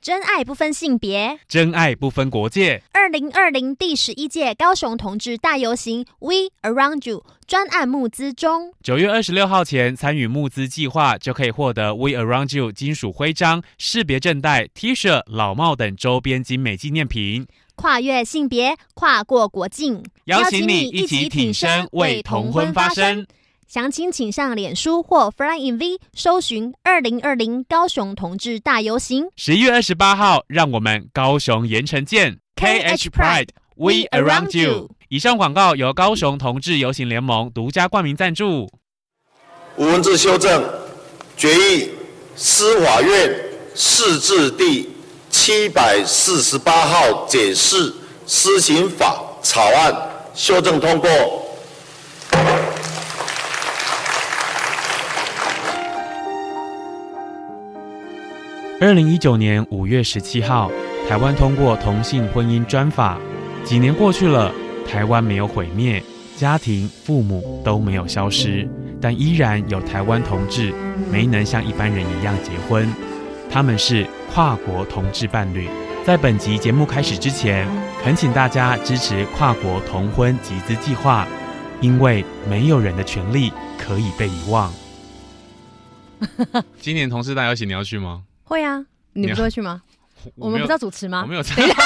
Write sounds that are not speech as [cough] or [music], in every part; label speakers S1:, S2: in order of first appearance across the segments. S1: 真爱不分性别。
S2: 真爱不分国界。
S1: 二零二零第十一届高雄同志大游行 We Around You 专案募资中，
S2: 九月二十六号前参与募资计划，就可以获得 We Around You 金属徽章、识别证带、T 恤、老帽等周边精美纪念品。
S1: 跨越性别，跨过国境，
S2: 邀请你一起挺身为同婚发声。
S1: 详情请上脸书或 Fly in V 搜寻“二零二零高雄同志大游行
S2: 十一月二十八号，让我们高雄盐城见。KH Pride We Around You。以上广告由高雄同志游行联盟独家冠名赞助。
S3: 吴文字修正决议，司法院释字第七百四十八号解释施行法草案修正通过。
S2: 二零一九年五月十七号，台湾通过同性婚姻专法。几年过去了，台湾没有毁灭，家庭、父母都没有消失，但依然有台湾同志没能像一般人一样结婚，他们是跨国同志伴侣。在本集节目开始之前，恳请大家支持跨国同婚集资计划，因为没有人的权利可以被遗忘。 [laughs] 今年同事大游行你要去吗？”。
S4: 会啊，你
S2: 你
S4: 不
S2: 啊
S4: 是会去吗？我们不是啊要主持吗
S2: 我？没有参
S4: [laughs] 等一下，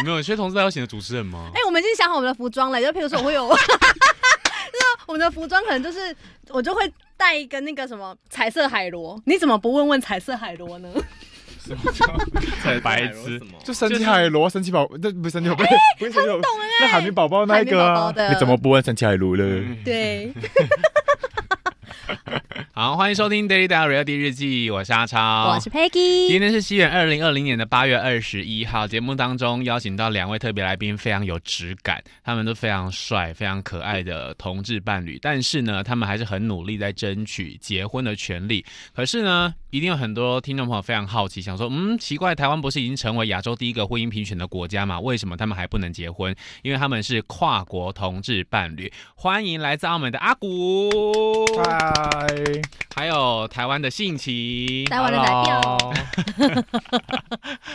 S2: 你没有缺同志大游行的主持人吗？
S4: 哎、我们已经想好我们的服装了，就譬如说我会有，就是我们的服装可能就是我就会带一个那个什么彩色海螺，你怎么不问问彩色海螺呢？
S2: 很白痴，
S5: 就神奇海螺、神奇宝，那不是神奇宝
S4: 哎
S5: 贝， [laughs] 不是神奇宝贝，那海绵宝宝那一个
S4: 海绵宝宝
S5: 啊
S4: 的，
S5: 你怎么不问神奇海螺了？
S4: 对，
S2: 好，欢迎收听 Daily Diary 第日记，我是阿超，
S1: 我是 Peggy，
S2: 今天是西元二零二零年的八月二十一号，节目当中邀请到两位特别来宾，非常有质感，他们都非常帅、非常可爱的同志伴侣，但是呢，他们还是很努力在争取结婚的权利。可是呢，一定有很多听众朋友非常好奇，想说，嗯，奇怪，台湾不是已经成为亚洲第一个婚姻平权的国家嘛？为什么他们还不能结婚？因为他们是跨国同志伴侣。欢迎来自澳门的阿古，
S5: 嗨，
S2: 还有台湾的信奇，
S4: 台湾的代表
S2: Hello [laughs]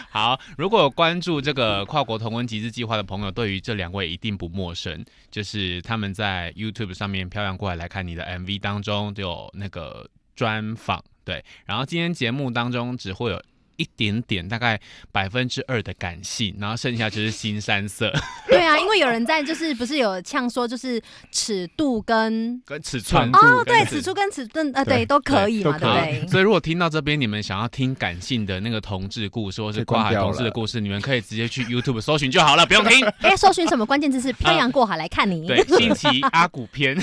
S2: 好，如果有关注这个跨国同婚集资计划的朋友，对于这两位一定不陌生，就是他们在 YouTube 上面漂洋过海来看你的 MV 当中就有那个专访，对。然后今天节目当中只会有一点点，大概百分之二的感性，然后剩下就是新三色
S4: [laughs] 对啊，因为有人在就是不是有呛说就是尺度跟
S2: 跟尺
S5: 寸
S4: 哦对尺度跟尺寸呃对
S5: 对
S4: 都可以嘛，对不
S5: 对都可
S2: 好
S4: 对，？
S2: 所以如果听到这边，你们想要听感性的那个同志故事，或是跨海同志的故事，你们可以直接去 YouTube 搜寻就好了，不用听。
S4: 哎、搜寻什么关键字是漂洋过海来看你？
S2: 对，近期阿古篇。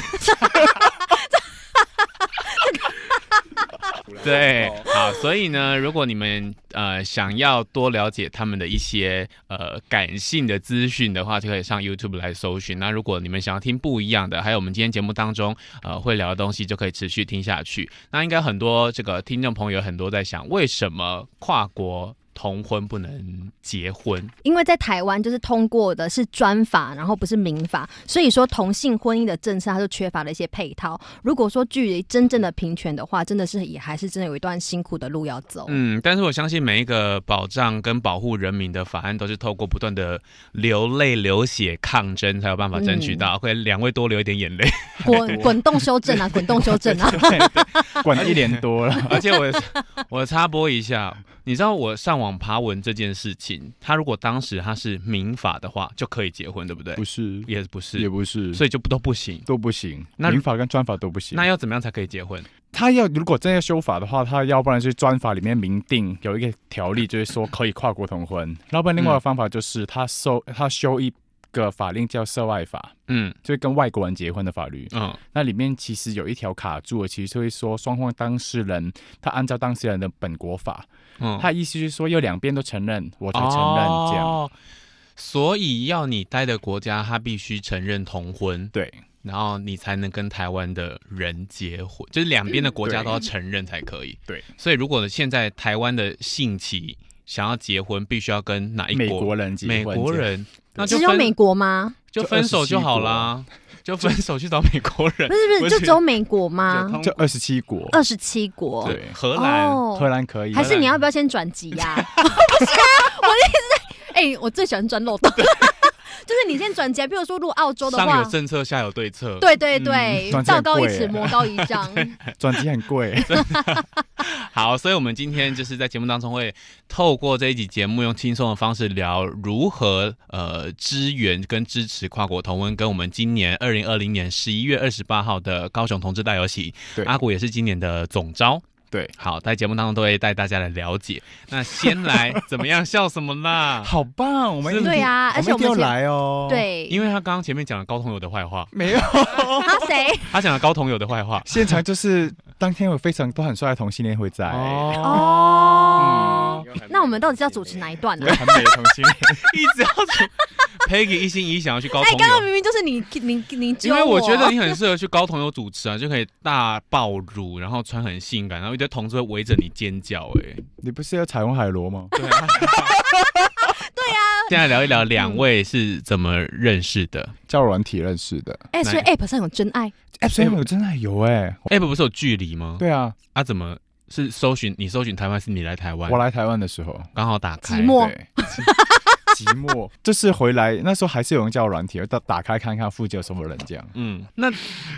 S2: 对，好，所以呢，如果你们呃想要多了解他们的一些呃感性的资讯的话，就可以上 YouTube 来搜寻。那如果你们想要听不一样的，还有我们今天节目当中呃会聊的东西，就可以持续听下去。那应该很多这个听众朋友有很多在想，为什么跨国同婚不能结婚？
S4: 因为在台湾就是通过的是专法，然后不是民法，所以说同性婚姻的政策它就缺乏了一些配套。如果说距离真正的平权的话，真的是也还是真的有一段辛苦的路要
S5: 哦
S4: 走。
S2: 嗯，但是我相信每一个保障跟保护人民的法案，都是透过不断的流泪、流血抗争，才有办法争取
S5: 嗯
S2: 到。可以两位多流一点眼泪， [laughs]
S4: 滚滚动修正啊，滚动修正啊！
S5: 管一年多了，
S2: 而且我我插播一下，你知道我上网爬文这件事情，他如果当时他是民法的话，就可以结婚，对不对？
S5: [laughs] 不是，
S2: 也不是，
S5: 也不是，
S2: 所以就不都不行。
S5: 都不行，
S2: 那
S5: 民法跟专法都不行。
S2: 那要怎么样才可以结婚？
S5: 他要如果真要修法的话，他要不然是专法里面明定有一个条例，就是说可以跨国同婚；要不然另外的方法就是他修他修一个法令叫涉外法，
S2: 嗯
S5: 就是跟外国人结婚的法律。
S2: 嗯，
S5: 那里面其实有一条卡住了，其实就会说双方当事人他按照当事人的本国法，
S2: 嗯
S5: 他意思就是说要两边都承认，我才承认、这样。
S2: 哦所以要你待的国家，他必须承认同婚。
S5: 对
S2: 然后你才能跟台湾的人结婚，就是两边的国家都要承认才可以。
S5: 嗯对，
S2: 所以如果现在台湾的性期想要结婚必须要跟哪一
S5: 美
S2: 国
S5: 哎国人结
S2: 美
S5: 婚，
S2: 国人，那就
S1: 只有
S2: 分
S1: 美国吗？
S2: 就
S5: 就
S2: 分手
S5: 27
S2: 就好啦，就分手去找美国人
S1: 不，是不
S2: 我
S1: 是，就
S2: 觉
S1: 只有美国
S2: [laughs]
S1: 吗？
S5: [laughs] 就二十七国，
S1: 二十七国，
S5: 对
S2: 荷兰、
S5: 荷兰可以，
S1: 哦还
S5: 荷
S1: 是
S5: 兰
S1: 你要不要先转籍呀、 [laughs] 不是啊，我的意思是，哎、我最喜欢钻漏洞， [laughs] 就是你先转籍啊，比如说如果澳洲的
S2: 上
S1: 话
S2: 有，政策，下有对策，
S1: 对对对，
S5: 转籍
S1: 道
S5: 很
S1: 高一
S5: 贵
S1: 尺，
S5: 欸
S1: 魔高一丈。
S5: 转机很贵，
S2: 好，所以我们今天就是在节目当中会透过这一集节目，用轻松的方式聊如何呃支援跟支持跨国同温，跟我们今年二零二零年十一月二十八号的高雄同志大游行，
S5: 对
S2: 阿古也是今年的总招。
S5: 对，
S2: 好，在节目当中都会带大家来了解。那先来怎么样？笑什么
S1: [laughs]
S2: 啦？
S5: [laughs] 好棒，我们
S2: 是
S5: 一定
S1: 对啊而且
S5: 我们一
S1: 我
S5: 定
S1: 们
S5: 要
S1: 前
S5: 来哦，，
S1: 对，
S2: 因为他刚刚前面讲了高同友的坏话，
S5: 没有，
S1: 他谁？
S2: 他讲了高同友的
S1: [laughs]
S2: 坏话。
S5: 现场就是当天有非常多很帅的同性恋会在，
S1: 哦，
S5: 嗯
S1: 那我们到底是要主持哪一段呢、啊
S5: 有很美的同性恋，
S2: 一直要主 Peggy 一心一意想要去高
S1: 哎，
S2: 同
S1: 刚刚
S2: 友，
S1: 明明就是你你你揪
S2: 因为
S1: 我啊
S2: 我觉
S6: 啊
S2: 得你很适合去高同友主持啊，就可以大爆乳，然后穿很性感，然后一堆同志会围着你尖叫、哎， [laughs]
S5: 你不是要彩虹海螺吗？
S2: 对啊，
S1: 啊
S2: 现在聊一聊两位是怎么认识的
S5: 叫软体认识的，
S1: 哎、所以 App 上有真爱，
S5: 哎，所以我真的有哎，
S2: ？App 不是有距离吗？
S5: 对啊，
S2: 啊，怎么是搜寻你搜寻台湾是你来台湾，
S5: 我来台湾的时候，
S2: 刚好打开
S1: 寂寞
S5: 对。 [laughs] 寂寞，就是回来那时候还是有人叫软体，打打开看看附近有什么人这样。
S2: 嗯，那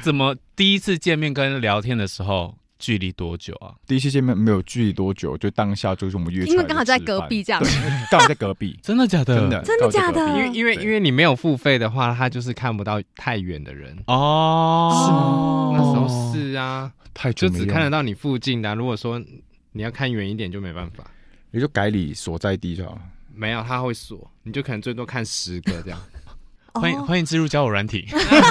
S2: 怎么第一次见面跟聊天的时候距离多久啊？，
S5: 第一次见面没有距离多久，就当下就是我们约出来
S1: 因为刚好在
S5: 吃
S1: 隔
S5: 饭
S1: 壁，这样
S5: 对。，刚好在隔壁
S2: 真的假的？
S5: [laughs] 真的
S1: 真的假的
S5: 刚好在隔
S6: 因
S5: 壁
S6: 为因为
S5: 对
S6: 因为你没有付费的话，他就是看不到太远的人。
S2: 哦，
S6: 那时候是啊，
S5: 太久
S6: 就
S5: 没
S6: 只
S5: 用
S6: 看得
S5: 了，
S6: 到你附近的啊、如果说你要看远一点，就没办法。
S5: 也就改你所在地就好了。
S6: 没有，他会锁，你就可能最多看十个这样。
S2: [laughs] 欢
S1: 哦
S2: [laughs] 迎欢迎进入交友软体，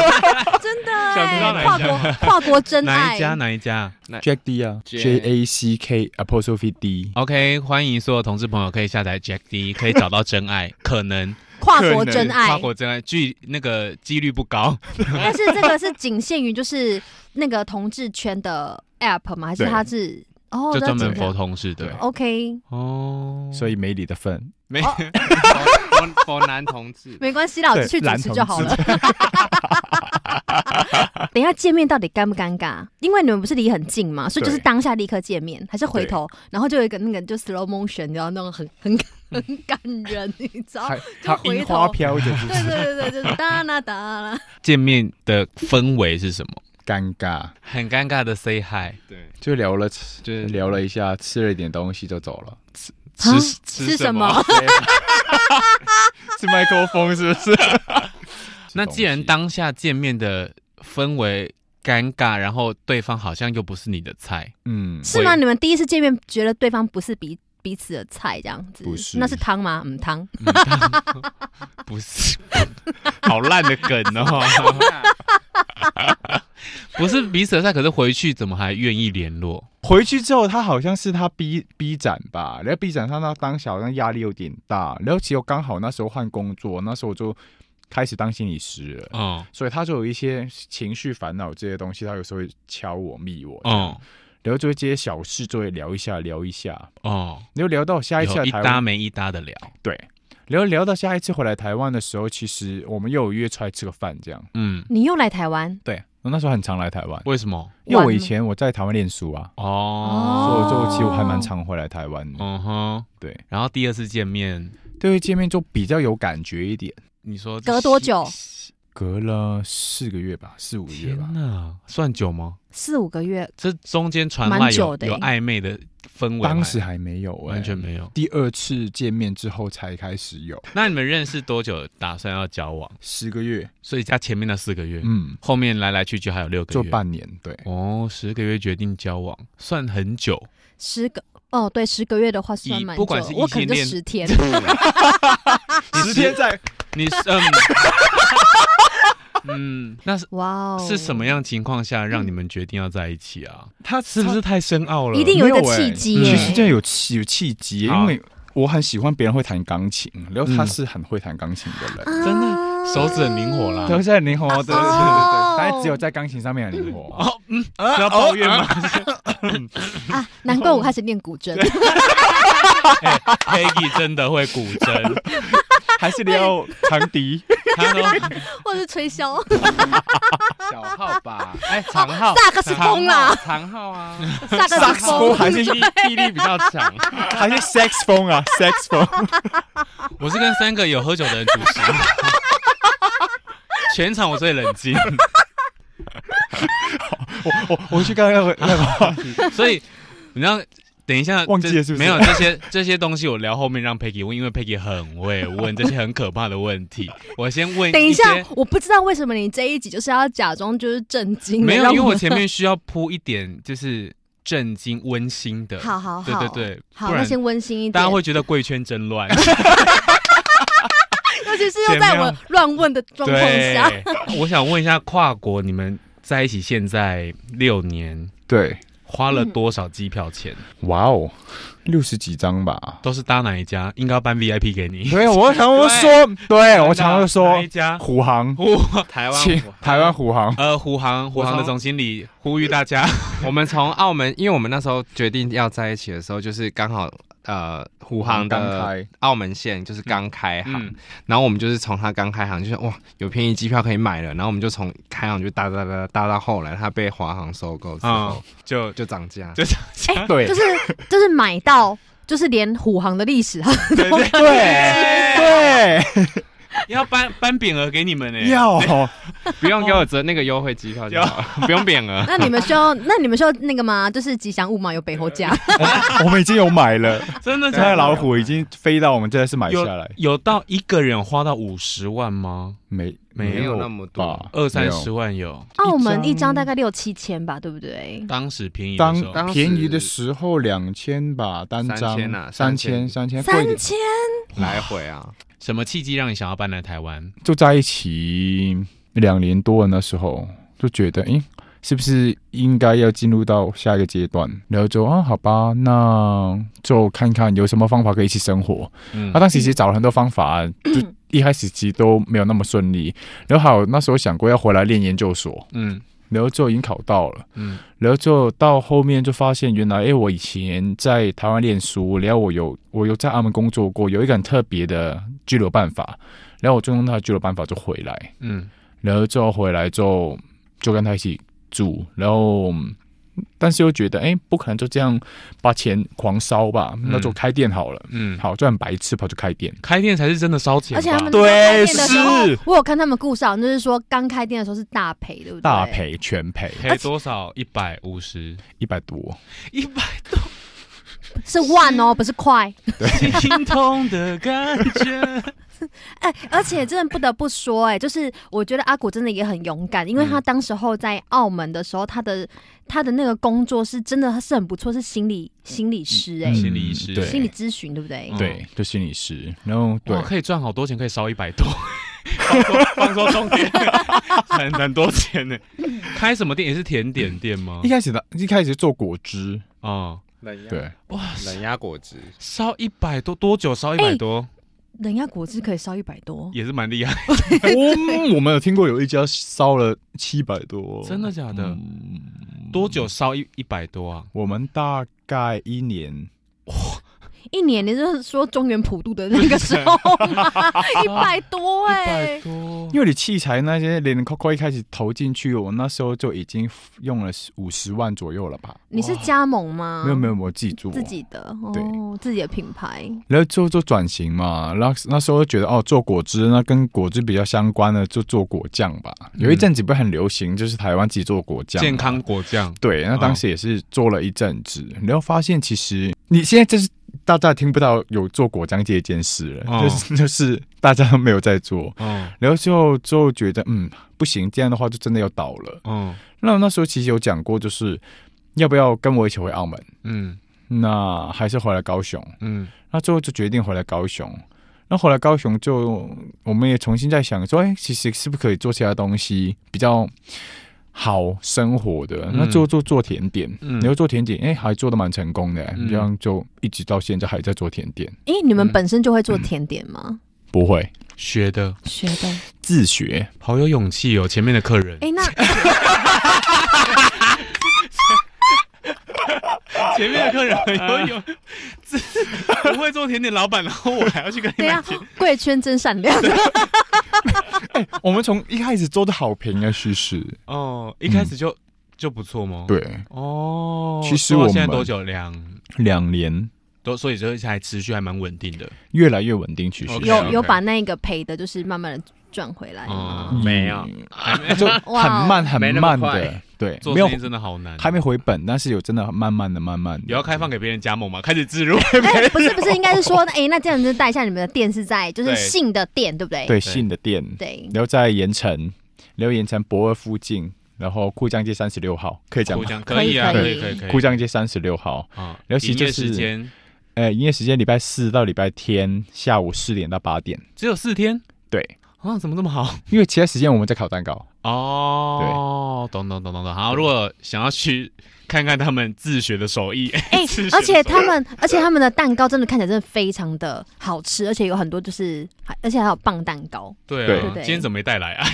S1: 真的
S2: 想不
S1: 哎、
S2: 到哪一
S1: 跨国跨国真
S2: 哪
S1: 爱
S2: 一家哪一家
S5: Jack D 啊
S6: J-
S5: ，J A C K apostrophe D，
S2: ？OK，欢迎所有同志朋友可以下载 Jack D，可以找到真
S1: [laughs]
S2: 爱，可能
S1: 跨国真
S2: 跨
S1: 爱，
S2: 国真爱，距那个几率不高。
S1: [laughs] 但是这个是仅限于就是那个同志圈的 App 吗？还是
S5: 对
S1: 它是哦，
S2: 就专门
S1: 那
S2: 佛
S1: 怎么样
S2: 同事的
S5: 对
S1: OK，
S2: 哦，
S5: 所以没你的份。
S6: 没，佛佛男同志，
S1: 没关系啦，我
S5: 对
S1: 就去主
S5: 男
S1: 持
S5: 同
S1: 就好了。等一下见面到底尴不尴尬？因为你们不是离很近嘛，所以就是
S5: 对
S1: 当下立刻见面，还是回头，然后就有一个那个就 slow motion，然后那种很很很感人，你知道？[laughs]
S5: [laughs] 还
S1: 就
S5: 还
S1: 回
S5: 樱
S1: 头
S5: 花飘着，
S1: 对对对对，就是哒啦哒啦。
S2: 见面的氛围是什么？
S5: 尴尬，
S2: 很尴尬的 say
S1: 啊
S2: hi，
S6: 对，
S5: 就聊 [laughs] 了，
S6: 就是
S5: 聊了一下，吃了一点东西就走了。
S2: 吃
S1: 啊
S2: 吃
S1: 什
S2: 什
S1: 么
S2: 么？ [laughs]
S5: 是麦克风是不是？
S2: 那既然当下见面的氛围尴尬，然后对方好像又不是你的菜，
S5: 嗯，
S1: 是吗？
S2: 会
S1: 你们第一次见面觉得对方不是彼彼此的菜，这样子？
S5: 不是
S1: 那是汤吗？嗯，汤。
S2: 不是，好烂的梗哦，不是彼此的菜，可是回去怎么还愿意联络？
S5: 回去之后，他好像是他 B B 展吧，然后 B 展上他当时好像压力有点大，然后其实我刚好那时候换工作，那时候我就开始当心理师了，
S2: 嗯
S5: 所以他就有一些情绪烦恼这些东西，他有时候会敲我、密我，嗯，
S2: 嗯
S5: 然后就会这些小事就会聊一下、聊一下，
S2: 哦，
S5: 然后聊到下一次
S2: 有
S5: 来
S2: 一
S5: 台
S2: 搭
S5: 湾，
S2: 没一搭的聊，
S5: 对，然后聊到下一次回来台湾的时候，其实我们又有约出来吃个饭这样，
S2: 嗯，
S1: 你又来台湾
S5: 对，我那时候很常来台湾，
S2: 为什么？
S5: 因为我
S1: 玩
S5: 以前我在台湾念书啊，
S2: 哦，
S5: 所以我就其实我还蛮常回来台湾的，
S2: 嗯哼，
S5: 对。
S2: 然后第二次见面，
S5: 对于见面就比较有感觉一点。
S2: 你说
S1: 隔多久？
S5: 隔了四个月吧，四五个月吧
S2: 天，哪，算久吗？
S1: 四五个月，
S2: 这中间传
S1: 蛮
S2: 来有
S1: 久的
S2: 有
S1: 欸
S2: 暧昧的氛围吗，
S5: 当时还没有、哎
S2: 完全。没有。
S5: 第二次见面之后才开始有，
S2: 那你们认识多久？打算要交往？
S5: 十个月，
S2: 所以加前面那四个月，
S5: 嗯，
S2: 后面来来去去还有六个
S5: 就
S2: 月。
S5: 半年，对，
S2: 哦，十个月决定交往，算很久。
S1: 十个哦，对，十个月的话算
S2: 以
S1: 蛮久
S2: 不管
S1: 的
S2: 是异
S1: 我可能
S2: 性
S1: 就
S2: 恋
S1: 十天。
S2: [laughs] 啊
S5: 十天在
S2: 你是嗯 [laughs] 嗯，那是
S1: 哇哦，
S2: 是什么？样情况下让你们决定要在一起啊？
S5: 他
S2: 是不是太深奥了？
S1: 一定有一个
S5: 没有
S1: 契
S5: 欸
S1: 机
S2: 嗯
S1: 耶
S5: 其。实真的有契有契机，
S2: 好
S5: 因为我很喜欢别人会弹钢琴，然后他
S2: 嗯
S5: 是很会弹钢琴的人，
S1: 啊
S2: 真的手指很灵活啦。
S5: 都是很灵活的，对对对啊
S1: 哦
S5: 对，但只有在钢琴上面很灵活。
S2: 哦，嗯，是要抱怨吗？
S1: [laughs] 啊，难怪我开始练古筝。
S2: Peggy
S5: [laughs]
S2: 真的会古筝，
S5: 还是你要长笛？
S2: 他都
S1: 或者是吹箫，
S6: [laughs]
S2: [laughs]
S6: 小号吧，哎，长号，
S1: 萨克斯风啦，
S6: 长号啊，
S1: 萨克
S5: 萨克
S1: 斯
S5: 斯风
S1: 风。
S2: [laughs]
S5: 还是
S6: 臂臂力比较强，
S5: 还是 sax 风啊，sax 风。
S2: 我是跟三个有喝酒的人主持， [laughs] 全场我最冷静，
S5: 我我我去刚刚那个那个话题，
S2: 所以你知道。等一下，
S5: 忘记了
S2: 这
S5: 是不是
S2: 没有这些这些东西，我聊后面让 Peggy 问，因为 Peggy 很会问这些很可怕的问题。我先问，
S1: 等一下
S2: 些，
S1: 我不知道为什么你这一集就是要假装就是震惊的，
S2: 没有，
S1: 让
S2: 因为我
S1: 们
S2: 前面需要铺一点就是震惊温馨的，
S1: 好好
S2: 对
S1: 好，
S2: 对对，
S1: 好，
S2: 不
S1: 那
S2: 然
S1: 先温馨一点，
S2: 大家会觉得贵圈真乱。 [laughs]
S1: 尤其是又在我乱问的状况下，
S2: 对，我想问一下跨国，你们在一起现在六年，
S5: 对，
S2: 花了多少机票钱？
S1: 嗯
S5: 哇哦，六十几张吧。
S2: 都是搭哪一家？应该要颁 VIP 给你。
S5: 对，我常常说，对我常常
S2: 哪
S5: 说
S2: 一
S5: [laughs]
S2: 家？
S5: 虎航，
S2: 虎
S6: 台
S5: 去
S6: 湾我。
S5: 台湾虎航，
S2: 呃，虎航，虎航的总经理呼吁大家，
S6: [laughs] 我们从澳门，因为我们那时候决定要在一起的时候，就是刚好呃，虎航
S5: 刚
S6: 的
S5: 开
S6: 澳门线就是刚开航，
S2: 嗯，
S6: 然后我们就是从它刚开航，就是哇有便宜机票可以买了，然后我们就从开航就搭搭搭搭到后来，它被华航收购之后、
S2: 嗯就
S6: 哦就涨价。
S2: 就
S5: 对
S1: 就是就是买到。就是连虎航的历史，它
S2: 对对
S5: 对
S2: 要颁颁匾额给你们呢。
S5: 对，要
S6: 不用给我折那个优惠机票就好了， [laughs] 不用匾额。
S1: 那你们需要， [laughs] 那你们需要那个吗？就是吉祥物嘛，有北后家，
S5: 我们已经有买了，
S2: 真的
S5: 现
S2: 假
S5: 在
S2: 的？
S5: 老虎已经飞到我们这次买
S2: 有
S5: 下来，
S2: 有到一个人花到五十万吗？
S5: 没
S2: 没
S5: 有
S6: 有那么多
S5: 吧
S2: 二三。
S5: 没
S2: 十
S5: 有
S2: 万有，
S1: 澳门
S5: 一
S1: 一
S5: 张
S1: 张大概六七千吧，对不对？
S2: 当时便宜的时候
S6: 当
S5: 当便宜的时候两千吧，单
S6: 三
S5: 张
S6: 千啊
S5: 三
S6: 三
S5: 千
S6: 千
S5: 三千贵
S1: 三
S5: 点，
S1: 千，
S6: 来回啊，
S2: 什么契机让你想要搬来台湾？
S5: 就在一起两年多的那时候，就觉得，诶、是不是应该要进入到下一个阶段？然后就啊，好吧，那就看看有什么方法可以一起生活。
S2: 嗯
S5: 那、当时其实找了很多方法，就一开始其实都没有那么顺利。然后还有那时候想过要回来念研究所，
S2: 嗯
S5: 然后就已经考到了。
S2: 嗯
S5: 然后就到后面就发现，原来诶，我以前在台湾念书，然后我有我有在澳门工作过，有一个很特别的拘留办法，然后我就用他的拘留办法就回来，
S2: 嗯
S5: 然后之后回来之后就跟他一起住，然后嗯但是又觉得诶，不可能就这样把钱狂烧吧，那就开店好了，
S2: 嗯，
S5: 好就很白痴跑去开店，
S2: 开店才是真的烧钱吧，
S1: 而且他们
S5: 对
S1: 开店的时候
S5: 是，
S1: 我有看他们故事啊，就是说刚开店的时候是大赔，对不对？
S5: 大，赔全赔
S2: 赔多少？一百五十，
S5: 一百多，
S2: 一 [laughs] 百
S1: 是万哦，不是块。
S2: 心痛的感觉。
S1: 哎，而且真的不得不说、哎，就是我觉得阿古真的也很勇敢，因为
S2: 嗯
S1: 他当时候在澳门的时候，他的他的那个工作是真的是很不错，是心理心理师、哎、
S2: 心理医师
S5: 嗯对
S1: 心理咨询，对不对？
S5: 对，就心理师，然后对
S2: 哇，。可以赚好多钱，可以烧一百多， [laughs] 放说重 [laughs] 点，很很多钱呢。开什么店也是甜点店吗
S5: 一？开始的，一开始做果汁，
S2: 哦，
S6: 冷压
S5: 对，
S2: 哇，
S6: 冷压果汁，
S2: 烧一百多，多久烧一百多？
S1: 人家果汁可以烧一百多，
S2: 哎也是蛮厉害，
S5: 哎我 [laughs] 我们有听过有一家烧了七百多，
S2: 真的假的？
S5: 嗯
S2: 多久烧一一百多啊？
S5: 我们大概一年，
S1: 一年你就是说中原普渡的那个时候嘛， [laughs] 一百多
S2: 一
S1: 哎、
S2: 百多，
S5: 因为你器材那些零零扣扣一开始投进去，我那时候就已经用了五十万左右了吧？
S1: 你是加盟
S2: 嗯
S1: 吗？
S5: 没有没有，我自己做
S1: 自。己的
S5: 对
S1: 哦，自己的品牌。
S5: 然后就做转型嘛，那那时候觉得哦，做果汁那跟果汁比较相关的就做果酱吧。有一阵子不是很流行，就是台湾自己做果酱嘛，啊
S2: 健康果酱，
S5: 对，那当时
S2: 嗯
S5: 也是做了一阵子，然后发现其实你现在就是大家听不到有做果酱这一件事了，
S2: 哦
S5: 就是 [laughs] 就是大家都没有在做，
S2: 嗯
S5: 然后之后就觉得嗯不行，这样的话就真的要倒了。
S2: 嗯
S5: 那那时候其实有讲过，就是要不要跟我一起回澳门，
S2: 嗯
S5: 那还是回来高雄，
S2: 嗯
S5: 那最后就决定回来高雄。那回来高雄就，我们也重新在想说，哎、其实是不是可以做其他东西比较好生活的？那做做做甜点，
S2: 嗯
S5: 然后做甜点，哎、还做的蛮成功的、
S2: 嗯
S5: 这样就一直到现在还在做甜点。
S1: 哎、你们
S2: 嗯
S1: 本身就会做甜点吗？
S5: 不会
S2: 学的
S1: 学的。
S5: 自学，
S2: 好有勇气哦，前面的客人
S1: 哎、那
S2: [laughs] 前面的客人有有自 [laughs] 不会做甜点老板，然后我还要去跟你
S1: 对
S2: 买
S1: 啊
S2: 甜，啊
S1: 贵圈真善
S2: [laughs]
S1: 良。
S5: 我们从一开始做的好评啊，其实
S2: 哦，一开始就就不错吗？，
S5: 对
S2: 哦，
S5: 其实
S2: 做到
S5: 我
S2: 现在
S5: 们
S2: 多久两
S5: 两年
S2: 都，所以这还持续还蛮稳定的。
S5: 越来越稳定，其实
S2: OK
S1: 有有把那个赔的，就是慢慢的赚回
S5: 哎
S1: 来吗。
S2: 嗯，
S6: 没有
S5: 嗯
S2: 还 [laughs] 没
S5: [laughs] 就
S1: 哦
S5: 很慢很
S6: 没那么
S5: 慢的
S6: 快，
S5: 对，
S2: 做
S5: 没有
S2: 生意真的好难，
S5: 还没回本，但是有真的慢慢的慢慢
S2: 也
S5: 的
S2: 要，开放给别人加盟嘛， [laughs] 开始自入。
S1: 哎，不是不是，应该是说，哎，那这样子带一下你们的店是在就是
S2: 对
S1: 信的店，对不对？
S5: 对新的店，
S2: [laughs]
S1: 对
S5: 然后在盐城，然后盐城博尔附近，然后库江街三十六号，可以讲
S2: 互
S5: 吗？
S2: 相
S1: 可以
S2: 以啊，
S1: 可
S2: 可
S1: 以
S2: 可以可
S5: 库
S2: 以。
S5: 江街三十六号，
S2: 啊，
S5: 尤其
S2: 营业
S5: 就是
S2: 时间
S5: 呃，营业时间礼拜四到礼拜天下午四点到八点，
S2: 只有四天
S5: 对，
S2: 啊，怎么这么
S5: [laughs]
S2: 好？
S5: 因为其他时间我们在烤
S2: [laughs]
S5: 蛋糕，
S2: 哦，懂懂懂懂懂。好，如果想要去 [laughs] 看看他们自学的手艺， [laughs]
S1: 哎
S2: 自学，的
S1: 而且
S2: 手
S1: 他们，而且他们的蛋糕真的看起来真的非常的好吃，而且有很多就是，还而且还有棒蛋糕。
S2: 艺对
S5: 对
S2: 啊，
S1: 对
S2: 今天怎么没带来啊？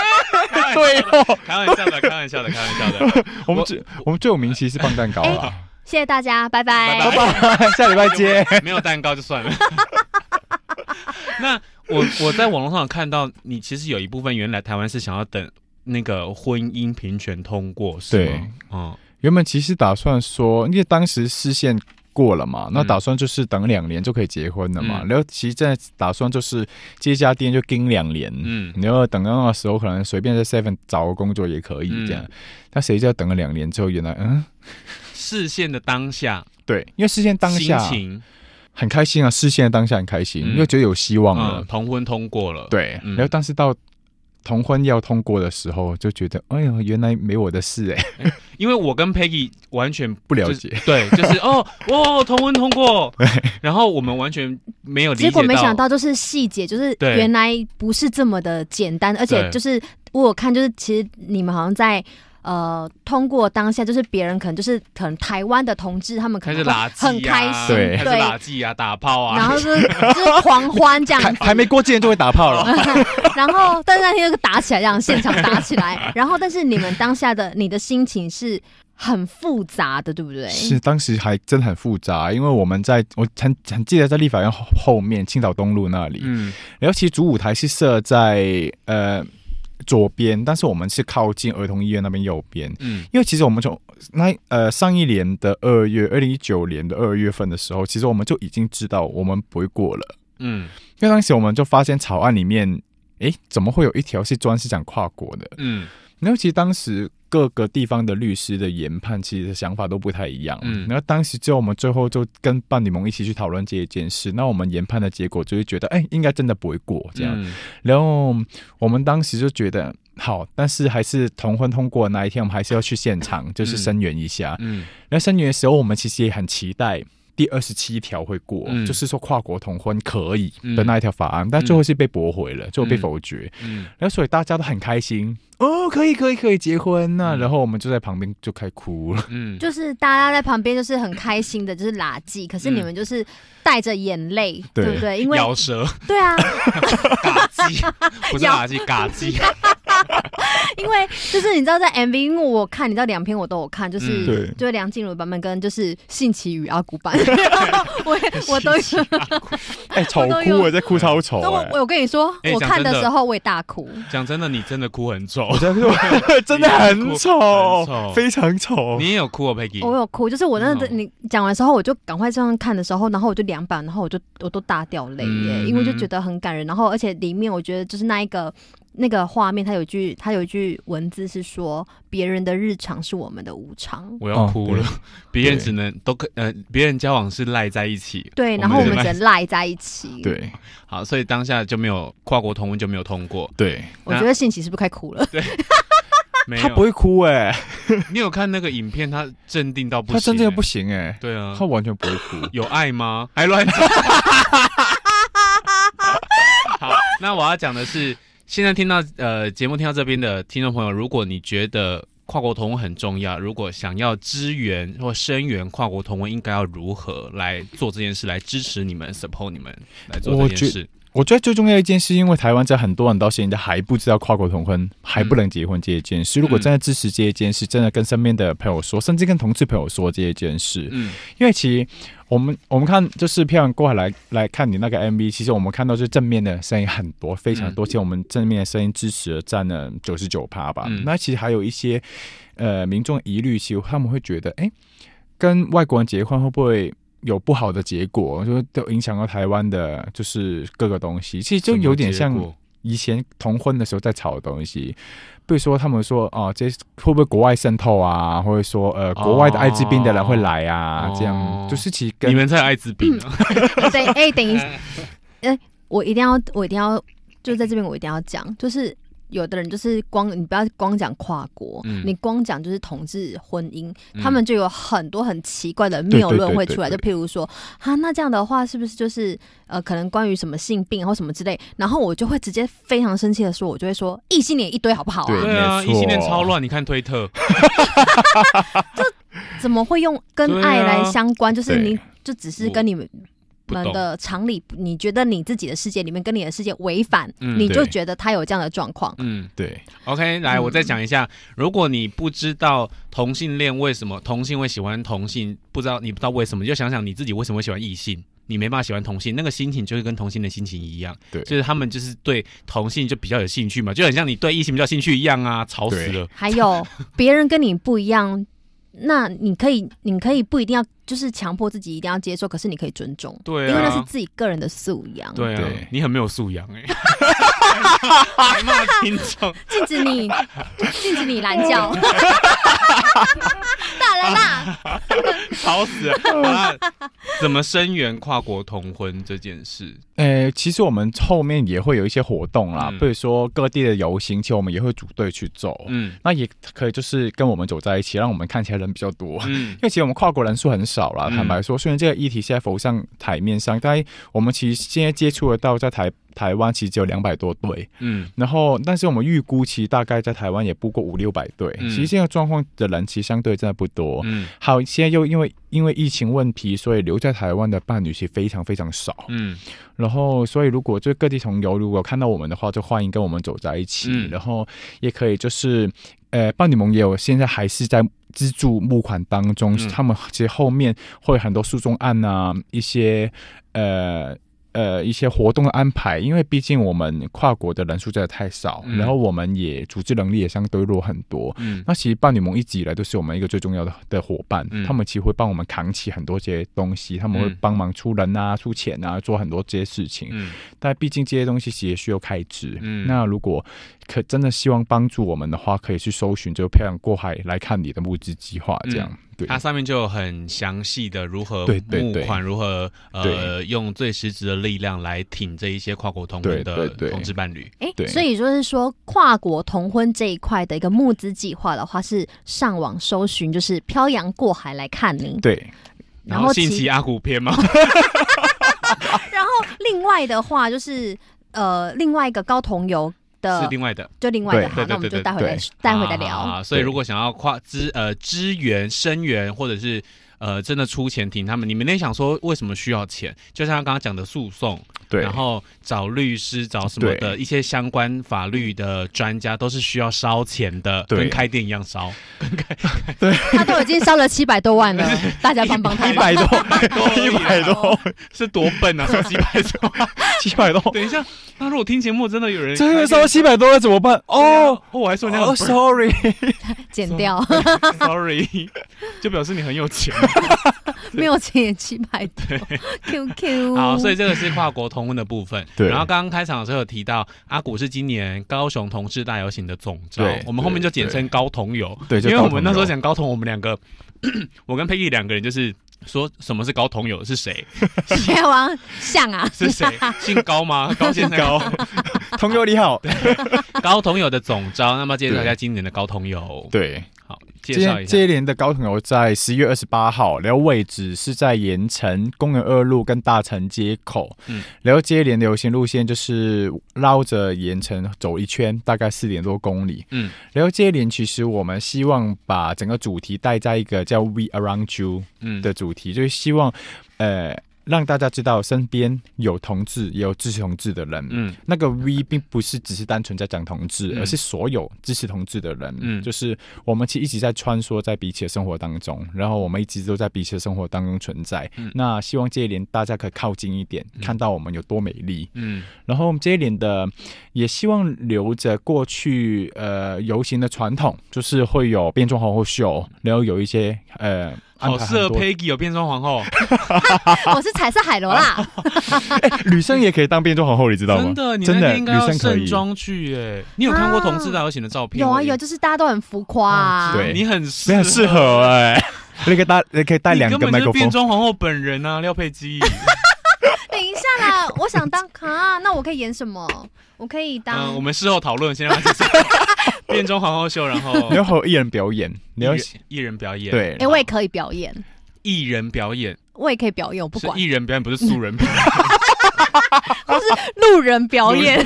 S2: [laughs]
S5: 对哦，
S2: 开玩笑的，开玩笑的，开玩笑的。
S5: [laughs] 我们最我们最有名其实是棒蛋糕
S2: [laughs]
S5: 啦，
S1: 谢谢大家，拜拜。哎
S2: 拜
S5: 拜， [laughs] 下礼拜见。
S2: 没有蛋糕就算了。 [laughs] 那我我在网络上有看到，你其实有一部分原来台湾是想要等那个婚姻平权通过，是
S5: 对
S2: 吗？嗯，
S5: 原本其实打算说，因为当时视线过了嘛，那
S2: 嗯
S5: 打算就是等两年就可以结婚了嘛。
S2: 嗯
S5: 然后其实现在打算就是这家店就盯两年，
S2: 嗯
S5: 然后等到那个时候可能随便在 Seven 找个工作也可以
S2: 嗯
S5: 这样。但谁知道等了两年之后，原来嗯，
S2: 视线的当下，
S5: 对，因为视线当下
S2: 心情，
S5: 很开心啊，视线当下很开心，
S2: 嗯
S5: 因为觉得有希望了。
S2: 嗯，同婚通过了，，
S5: 对，
S2: 嗯
S5: 然后但是到。同婚要通过的时候，就觉得，哎呦，原来没我的事哎、
S2: 因为我跟 Peggy 完全
S5: [laughs] 不了
S2: 就
S5: 解。
S2: 对，就是哦，哦，同婚通
S5: [laughs]
S2: 过，然后我们完全没有理解
S1: 结果没想到就是细节，就是
S2: 对
S1: 原来不是这么的简单，而且
S2: 对
S1: 就是我有看，就是其实你们好像在。呃，通过当下就是别人可能就是可能台湾的同志，他们可
S2: 开
S1: 能
S2: 始
S1: 会
S2: 拉圾、啊，
S1: 很开心，
S5: 对
S2: 开始拉圾啊，打炮啊，
S1: 然后就是就是狂欢这样
S5: 还 [laughs]
S1: 子，
S5: 还没过今天就会打炮了，
S1: 然后但是那天就打起来，这样现场打起来，然后但是你们当下的你的心情是很复杂的，对不对？
S5: 是，当时还真的很复杂，因为我们在我很很记得在立法院后后面青岛东路那里，
S2: 嗯，
S5: 然后其实主舞台是设在呃左边，但是我们是靠近儿童医院那边右边。
S2: 嗯
S5: 因为其实我们从那呃上一年的二月，二零一九年的二月份的时候，其实我们就已经知道我们不会过了，
S2: 嗯
S5: 因为当时我们就发现草案里面，诶，怎么会有一条是专是讲跨国的？
S2: 嗯
S5: 然后其实当时各个地方的律师的研判，其实想法都不太一样。
S2: 嗯
S5: 然后当时就我们最后就跟伴侣盟一起去讨论这一件事。那我们研判的结果就是觉得，哎，应该真的不会过这样。
S2: 嗯
S5: 然后我们当时就觉得好，但是还是同婚通过的那一天，我们还是要去现场，就是声援一下。
S2: 嗯
S5: 那声援的时候，我们其实也很期待。第二十七条会过，
S2: 嗯
S5: 就是说跨国同婚可以的那一条法案，但
S2: 嗯
S5: 最后是被驳回了，最后被
S2: 嗯
S5: 否决。
S2: 嗯，
S5: 然后所以大家都很开心哦，可以可以可以结婚那、
S2: 嗯
S5: 然后我们就在旁边就开哭了，
S2: 嗯，
S1: 就是大家在旁边就是很开心的，就是拉圾，可是你们就是带着眼泪，
S5: 对
S1: 嗯对不对？因为
S2: 咬舌
S1: 对啊， [laughs]
S2: 嘎叽， [laughs] 不是
S1: 咬
S2: 嘎叽嘎叽，
S1: 因为就是你知道在 MV，因为我看你知道两篇我都有看，就是、
S2: 嗯
S5: 对
S2: [laughs]
S1: 就是梁静茹的版本跟就是信奇与阿古 [laughs] 版，我我都有，
S5: 哎、丑
S1: [laughs] 我都
S5: 哭
S1: 有
S5: 我在哭超丑
S1: 那我
S5: 哎、
S1: 我有跟你说，
S2: 哎
S1: 我
S2: 讲
S1: 看的
S2: 真的
S1: 时候我也大哭，
S2: 讲真的，你真的哭很丑，
S5: 真的 [laughs] 真的很
S2: 很丑
S5: 丑，非常丑
S2: 你。也有哭哦，Peggy，
S1: 我有哭，就是我那
S2: 嗯哦
S1: 你讲完之后，我就赶快这样看的时候，然后我就两版，然后我就我都大掉泪耶，
S2: 嗯
S1: 因为就觉得很感人。然后而且里面我觉得就是那一个那个画面，它有一句它有一句文字是说别人的日常是我们的无常。
S2: 我要哭了
S5: 哦，
S2: 别人只能都可呃，别人交往是赖在一起，
S1: 对，然后我们只
S2: 赖
S1: 能赖在一起。，
S5: 对
S2: 好，所以当下就没有跨国同婚就没有通过，
S5: 对，
S1: 我觉得信奇是不是快哭了？
S2: 没
S5: [laughs] 他不
S2: 有。
S5: 会哭哎、
S2: 你有看那个影片，他镇定到不行
S5: 他
S2: 欸，
S5: 真正不行哎、
S2: 对啊。
S5: 他，完全不会哭
S2: 有爱吗？还乱讲。好，那我要讲的是，现在听到呃节目听到这边的听众朋友，如果你觉得跨国同文很重要，如果想要支援或声援跨国同文，应该要如何来做这件事，来支持你们、support 你们来做
S5: 我
S2: 这件
S5: 觉
S2: 事？
S5: 我觉得最重要一件事，因为台湾在很多人到现在还不知道跨国同婚还不能结婚这一件事。
S2: 嗯
S5: 如果真的支持这一件事，真的跟身边的朋友说，甚至跟同事朋友说这一件事，
S2: 嗯
S5: 因为其实我们我们看就是票过来来来看你那个 MV，其实我们看到是正面的声音很多，非常
S2: 嗯
S5: 多，其实我们正面的声音支持了占了九十九趴吧。
S2: 嗯
S5: 那其实还有一些呃民众疑虑，其实他们会觉得，哎、跟外国人结婚会不会？有不好的结果，就都影响到台湾的，就是各个东西。其实就有点像
S2: 什么结果
S5: 以前同婚的时候在吵的东西，比如说他们说哦，这会不会国外渗透啊，或者说呃，国外的艾滋病的人会来啊，
S2: 哦
S5: 这样就是其实
S2: 你
S5: 跟
S2: 们才有艾滋病啊，
S1: 等哎、等
S5: [laughs]
S1: 一下，哎、我一定要，我一定要，就在这边，我一定要讲，就是有的人就是光，你不要光讲跨国，
S2: 嗯
S1: 你光讲就是同志婚姻，
S2: 嗯
S1: 他们就有很多很奇怪的谬论会出来，
S5: 对对对对
S1: 就譬如说，啊，那这样的话是不是就是呃，可能关于什么性病或什么之类，然后我就会直接非常生气的说，我就会说异性恋一堆好不好啊？
S5: 对
S2: 对啊，
S5: 没错
S2: 异性恋超乱，你看推特，
S1: 怎么会用跟
S2: 对啊
S1: 爱来相关？就是
S5: 对
S1: 你就只是跟你们
S2: 不
S1: 们
S2: 懂
S1: 的常理，你觉得你自己的世界里面跟你的世界违反，
S2: 嗯
S1: 你就
S5: 对
S1: 觉得他有这样的状况。
S2: 嗯
S5: 对
S2: ，OK，来，我再讲一下，如果你不知道同性恋为什么同性会喜欢同性，不知道你不知道为什么，你就想想你自己为什么会喜欢异性。你没办法喜欢同性，那个心情就是跟同性的心情一样，
S5: 对
S2: 就是他们就是对同性就比较有兴趣嘛，就很像你对异性比较兴趣一样啊，吵死了。
S1: 还有别人跟你不一样，那你可以，你可以不一定要就是强迫自己一定要接受，可是你可以尊重，
S2: 对啊，
S1: 因为那是自己个人的素养。
S2: 对啊，
S5: 对
S2: 你很没有素养
S1: [laughs]
S2: [laughs] 哎、还骂听众，
S1: 禁止你， [laughs] 禁止你懒觉。
S2: [laughs]
S1: [laughs] 大人啦，
S2: 吵死了！好
S5: [laughs]
S2: 啦怎么声援跨国同婚这件事？
S5: 呃，其实我们后面也会有一些活动啦，
S2: 嗯
S5: 比如说各地的游行，其实我们也会组队去走，
S2: 嗯
S5: 那也可以就是跟我们走在一起，让我们看起来人比较多。
S2: 嗯
S5: [laughs] 因为其实我们跨国人数很少啦，
S2: 嗯
S5: 坦白说，虽然这个 E 议题现在浮上台面上，但是我们其实现在接触得到，在台台湾其实只有两百多队，
S2: 嗯
S5: 然后，但是我们预估其实大概在台湾也不过五六百对，
S2: 嗯
S5: 其实现在状况的人其实相对真的不多。
S2: 嗯
S5: 好，现在又因为因为疫情问题，所以留在台湾的伴侣其实非常非常少。
S2: 嗯
S5: 然后，所以如果就各地同游，如果看到我们的话，就欢迎跟我们走在一起。
S2: 嗯
S5: 然后也可以就是，呃，伴侣盟也有现在还是在资助募款当中，
S2: 嗯
S5: 他们其实后面会有很多诉讼案啊，一些呃。呃，一些活动的安排，因为毕竟我们跨国的人数真的太少，
S2: 嗯
S5: 然后我们也组织能力也相对弱很多。
S2: 嗯
S5: 那其实伴侣盟一直以来都是我们一个最重要的的伙伴，
S2: 嗯
S5: 他们其实会帮我们扛起很多这些东西，他们会
S2: 嗯
S5: 帮忙出人啊、出钱啊，做很多这些事情。
S2: 嗯
S5: 但毕竟这些东西其实也需要开支。
S2: 嗯
S5: 那如果可真的希望帮助我们的话，可以去搜寻就漂洋过海来看你的募资计划，这
S2: 嗯
S5: 样、对。
S2: 它上面就有很详细的如何
S5: 对对
S2: 募
S5: 对
S2: 款，如何呃
S5: 对
S2: 用最实质的力量来挺这一些跨国同
S5: 对
S2: 婚的
S5: 对对
S2: 同志伴侣。
S1: 哎、
S5: 对
S1: 所以就是说，跨国同婚这一块的一个募资计划的话，是上网搜寻，就是漂洋过海来看你，
S5: 对
S1: 然后
S2: 信
S1: 其
S2: 息阿啊古篇嘛，
S1: [laughs] 然后另外的话就是呃，另外一个高桐油
S2: 是
S1: 的，
S2: 另外的。
S1: 就另外的
S5: 对
S1: 哈
S2: 对，
S1: 那我们就
S2: 对对
S1: 待会再
S5: 对
S1: 待会再
S2: 啊好好
S1: 聊。
S2: 好所以如果想要跨支呃支援、声援，或者是呃真的出钱挺他们，你们那想说为什么需要钱？就像他刚刚讲的诉讼，
S5: 对，
S2: 然后找律师、找什么的一些相关法律的专家，都是需要烧钱的，
S5: 对
S2: 跟开店一样烧。
S1: 他都已经烧了七百多
S2: [laughs]
S1: 万了，大家帮帮他
S5: 一
S1: 吧。
S5: 百多，
S2: 以
S5: [laughs] 一
S2: 啊
S5: 百多，
S2: [laughs] 是多笨
S5: [laughs]
S2: 啊， [laughs] 烧几百多。
S5: 七百多，
S2: [laughs] 等一下，那如果听节目真的有人
S5: 真的
S2: 开店
S5: 烧七百多了怎么办？
S2: 哦
S5: 哦，，
S2: 哦我还说人家
S5: 哦
S2: 很笨
S5: ，sorry，
S1: 减
S2: [laughs]
S1: 掉，
S2: sorry，就 [laughs] 表示你很有钱。
S1: 没有钱也七百多。QQ，
S2: [laughs] 好，所
S1: [laughs]
S2: 以这个是跨国同婚的部分。
S5: 对
S2: 然后刚刚开场的时候有提到，阿古是今年高雄同志大游行的总召
S5: 对，
S2: 我们后面就简称高同游。
S5: 对
S2: 因
S5: 就
S2: 为
S5: 高
S2: 我
S5: 同
S2: 们那时候
S5: 游
S2: 讲高同，我们两个， [clears throat] 我跟 Peggy 两个人就是说什么是高同游是谁？ [laughs]
S1: 天王像啊，
S2: 是
S5: [laughs]
S2: 谁？姓高吗？高先生高
S5: 同友你好，
S2: [laughs] 高同友的总招，那么介绍一下今年的高同友。，
S5: 对，
S2: 好，介绍
S5: 这
S2: 一下
S5: 这。一年的高筒游在十一月二十八号，然后位置是在盐城公园二路跟大城街口。
S2: 嗯
S5: 然后这一年的游行路线就是绕着盐城走一圈，大概四点多公里。
S2: 嗯，
S5: 然后这一年其实我们希望把整个主题带在一个叫 “We Around You”
S2: 嗯
S5: 的主题，就是希望呃让大家知道身边有同志也有支持同志的人。
S2: 嗯
S5: 那个 V 并不是只是单纯在讲同志，
S2: 嗯
S5: 而是所有支持同志的人。
S2: 嗯
S5: 就是我们其实一直在穿梭在彼此的生活当中，然后我们一直都在彼此的生活当中存在。
S2: 嗯
S5: 那希望这一年大家可以靠近一点，看到我们有多美丽。
S2: 嗯
S5: 然后我们这一年的也希望留着过去呃游行的传统，就是会有变装皇后秀，然后有一些呃，
S2: 好适合
S5: 配
S2: Peggy 有变装皇
S5: [laughs]
S2: 后，啊
S1: 我是彩色海螺啦，
S5: 女生也可以当变装皇后，你知道吗？
S2: 真的，你
S5: 真
S2: 那
S5: 的
S2: 天应
S5: 女
S2: 该要
S5: 生可
S2: 盛
S5: 以。
S2: 装去耶。你有看过同志大游行的照片？
S1: 有啊
S2: 我
S1: 有，就是大家都很浮夸啊。
S5: 对
S2: 你很
S5: 你很适合哎、那个大，你可以带
S2: 你
S5: 两个
S2: 根
S5: 麦
S2: 本 [laughs] 就是
S5: 克风
S2: 变。装皇后本人啊，廖佩基。
S1: [laughs] 等一下啦，我想当啊，那我可以演什么？我可以当、
S2: 嗯，我们事后讨论，先
S1: [laughs]
S2: 让他介绍变装皇后秀，然后
S5: 你要和艺人表演，你要
S2: 艺人艺人表演，，
S5: 对
S1: 哎、，我也可以表演，
S2: 艺人表演
S1: 我也可以表演，我不
S2: 是
S1: 管
S2: 艺，人表演，不是素人表演。
S1: [laughs] 路人表演。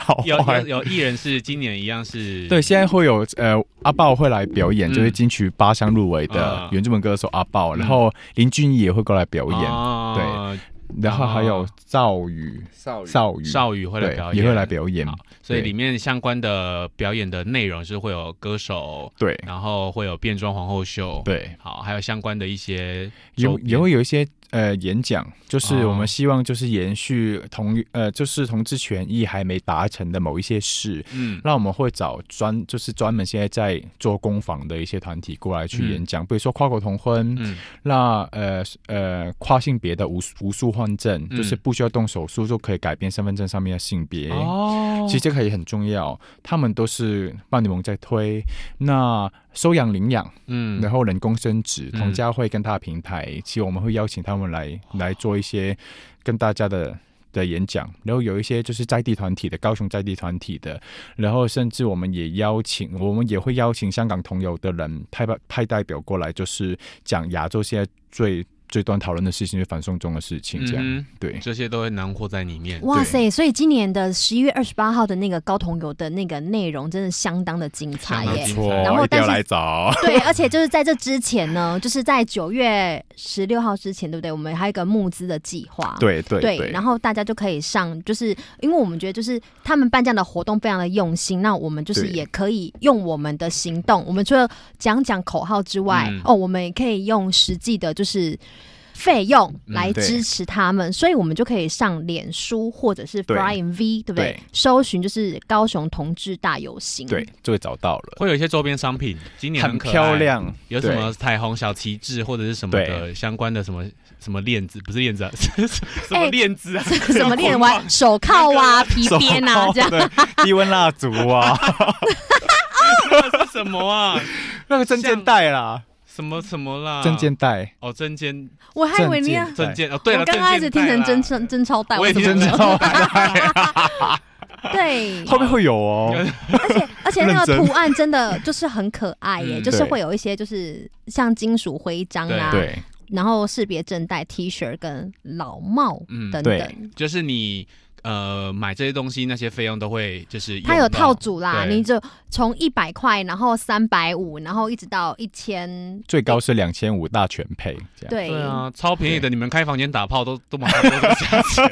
S5: 好
S2: [laughs] 有
S5: 坏
S2: 有。有艺人是今年一样是，
S5: 对，现在会有呃阿豹会来表演，
S2: 嗯
S5: 就是金曲八项入围的
S2: 啊
S5: 原住民歌手阿豹，
S2: 嗯
S5: 然后林俊逸也会过来表演，
S2: 啊，
S5: 然后还有赵宇、
S6: 少宇
S5: 邵宇、
S2: 少宇会来
S5: 对
S2: 表演，
S5: 也会来表演
S2: 好，所以
S5: 对
S2: 里面相关的表演的内容是会有歌手，
S5: 对
S2: 然后会有变装皇后秀，，
S5: 对，
S2: 好，还有相关的一些
S5: 也
S2: 周
S5: 也
S2: 边
S5: 会有一些呃演讲，就是
S2: 哦
S5: 我们希望就是延续同呃就是同志权益还没达成的某一些事，
S2: 嗯
S5: 那我们会找专就是专门现在在做攻防的一些团体过来去
S2: 嗯
S5: 演讲，比如说跨国同婚，
S2: 嗯
S5: 那呃呃跨性别的无无数患症，
S2: 嗯
S5: 就是不需要动手术就可以改变身份证上面的性别。
S2: 哦
S5: 其实这个也很重要，他们都是伴侣盟在推。那收养领养，
S2: 嗯
S5: 然后人工生殖，
S2: 嗯哦
S5: 同家会跟他的平台，其实我们会邀请他们来来做一些跟大家的的演讲，然后有一些就是在地团体的，高雄在地团体的，然后甚至我们也邀请，我们也会邀请香港同游的人派派代表过来，就是讲亚洲现在最最端讨论的事情，就是反送中的事情，这样、
S2: 嗯
S5: 对。
S2: 这些都会囊括在里面。
S1: 哇塞！所以今年的十一月二十八号的那个高同游的那个内容，真的相当的精彩
S2: 相当
S1: 耶
S2: 精。
S5: 错，
S1: 然后
S5: 一定
S1: 啊但
S5: 要
S1: 是
S5: 来找。
S1: [laughs] 对，而且就是在这之前呢，就是在九月十六号之前，对不对？我们还有一个募资的计划。。
S5: 对对
S1: 对，
S5: 对
S1: 然，后大家就可以上，就是因为我们觉得就是他们办这样的活动非常的用心，那我们就是
S5: 对
S1: 也可以用我们的行动，我们除了讲讲口号之外，
S2: 嗯
S1: 哦，我们也可以用实际的，就是。费用来
S5: 对
S1: 支持他们，所以我们就可以上脸书或者是
S5: 对
S1: Brian V，对不对
S5: 对？
S1: 搜寻就是高雄同志大游行。
S5: 对，就会找到了，
S2: 会有一些周边商品，今年
S5: 很
S2: 可爱
S5: 漂，亮。
S2: 有什
S5: 对
S2: 么彩虹小旗帜或者是什么的相关的什么什么链子，不是链子、啊， [laughs] 是是什么
S1: 哎
S2: 链子啊？
S1: [laughs] 什么练完手铐啊、
S2: [laughs]
S1: 皮鞭啊，这样
S5: [laughs] 对，低温蜡烛啊，
S2: 是什么啊？
S5: 那个证件袋啦，
S2: 什么什么啦？
S5: 证件袋，
S2: 哦，证件
S1: 我啊还以为你要
S5: 证件
S2: 证件哦，对了，
S1: 我刚开始
S2: 证
S1: 听
S2: 件带
S1: 成真
S2: 啦
S1: 啊真真超带，
S2: 我也
S1: 怎
S2: 听
S1: 么
S2: 成
S1: 知
S2: [laughs]
S1: 道
S5: 后
S1: 对，
S5: 面会有哦，
S1: 而且那
S5: 认
S1: 个
S5: 真
S1: 图案真的就是很可爱耶，
S2: 嗯
S1: 就是
S5: 对
S1: 会有一些就是像金属徽章啊，
S5: 对
S1: 然后识别证带、T 恤跟老帽
S2: 嗯
S1: 等
S5: 对
S1: 等，
S2: 就是你呃买这些东西，那些费用都会就是
S1: 它有
S2: 用到
S1: 套组啦，
S2: 对
S1: 你就从一百块，然后三百五，然后一直到一千，
S5: 最高是两千五大全配，这样
S1: 对
S2: 对啊，超便宜的，你们开房间打炮都都马上多这个价 [laughs] 钱，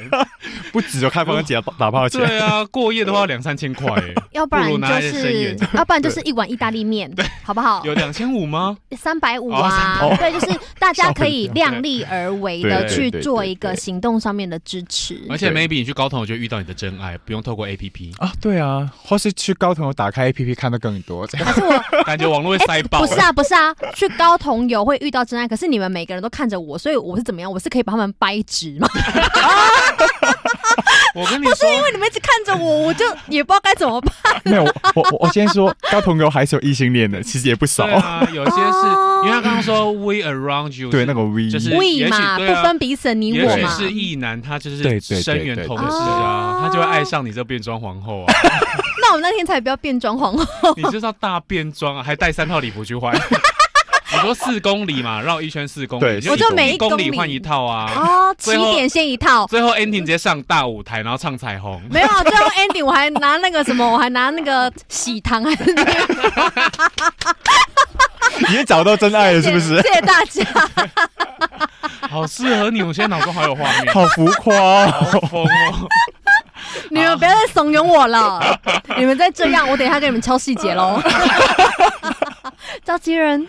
S5: 不止有开放姐打炮钱，
S2: 对啊，过夜的话要两三千 [laughs] 块耶，
S1: 要不然
S2: 不如拿
S1: 就
S2: 来生
S1: 是
S2: 源，
S1: 要不然就是一碗意大利面，好不
S5: [laughs]
S1: 好？
S2: 有两千五吗？
S1: 三百五
S2: 哦
S1: 啊，
S5: 300
S1: 对，就是大家可以量力而为的
S5: 对
S1: 去
S5: 对对
S1: 做
S5: 对
S1: 一个
S5: 对
S1: 行动上面的支持。
S2: 而且
S5: 对
S2: maybe 你去高通，我就遇到你的真爱，不用透过 A P [laughs] P，
S5: [laughs] 啊，对啊，或是去高同打开 APP 看到更多，这样 [laughs]
S1: 还是我
S2: 感觉网络会塞爆。
S1: 不是啊，不是啊，去高同游会遇到真爱，可是你们每个人都看着我，所以我是怎么样？我是可以把他们掰直吗？啊
S2: 我跟你说，
S1: 因为你们一直看着我，我就也不知道该怎么办。
S5: 没有，我我我先说高同游还是有异性恋的，其实也不少
S2: 对，啊，有些是
S1: 哦
S2: 因为他刚刚说 we around you，
S5: 对那个 V，
S2: 就是也
S1: We
S2: 许
S1: 嘛，
S2: 对啊
S1: 不分彼此你
S2: 也
S1: 我
S2: 许
S1: 嘛。
S2: 是异男，他就
S5: 对
S2: 是
S5: 对对
S2: 生源
S5: 对
S2: 同
S5: 对
S2: 志
S1: 哦
S2: 啊，他就会爱上你这变装皇
S1: [laughs]
S2: 后啊，
S1: 那我那天才不要变装皇后。
S2: 你就是要大变装啊，还带三套礼服去换。 [laughs] 你说四公里嘛，绕一圈四公里，
S5: 对
S2: 你
S5: 我就
S2: 一
S1: 每一
S2: 公
S1: 公里
S2: 里换一套啊。
S1: 哦，起
S2: [laughs] 最后
S1: 点先一
S2: [laughs]
S1: 套。
S2: 最后 ending 直接上大舞台，然后唱彩虹。
S1: [laughs] 没有啊，最后 ending 我还拿那个什么，我还拿那个喜糖，还是那个
S2: [laughs]
S1: [laughs]
S5: 也找到真爱了，是不
S2: [laughs]
S5: 是？
S1: 谢谢大家。
S2: 好适合你，我现在脑中好有画面，
S5: 好浮夸、哦。
S1: [laughs]
S2: 好疯哦！
S1: 你们不要再怂恿我了，你们再这样，我等一下跟你们敲细节
S2: [laughs]
S1: 喽。召集人，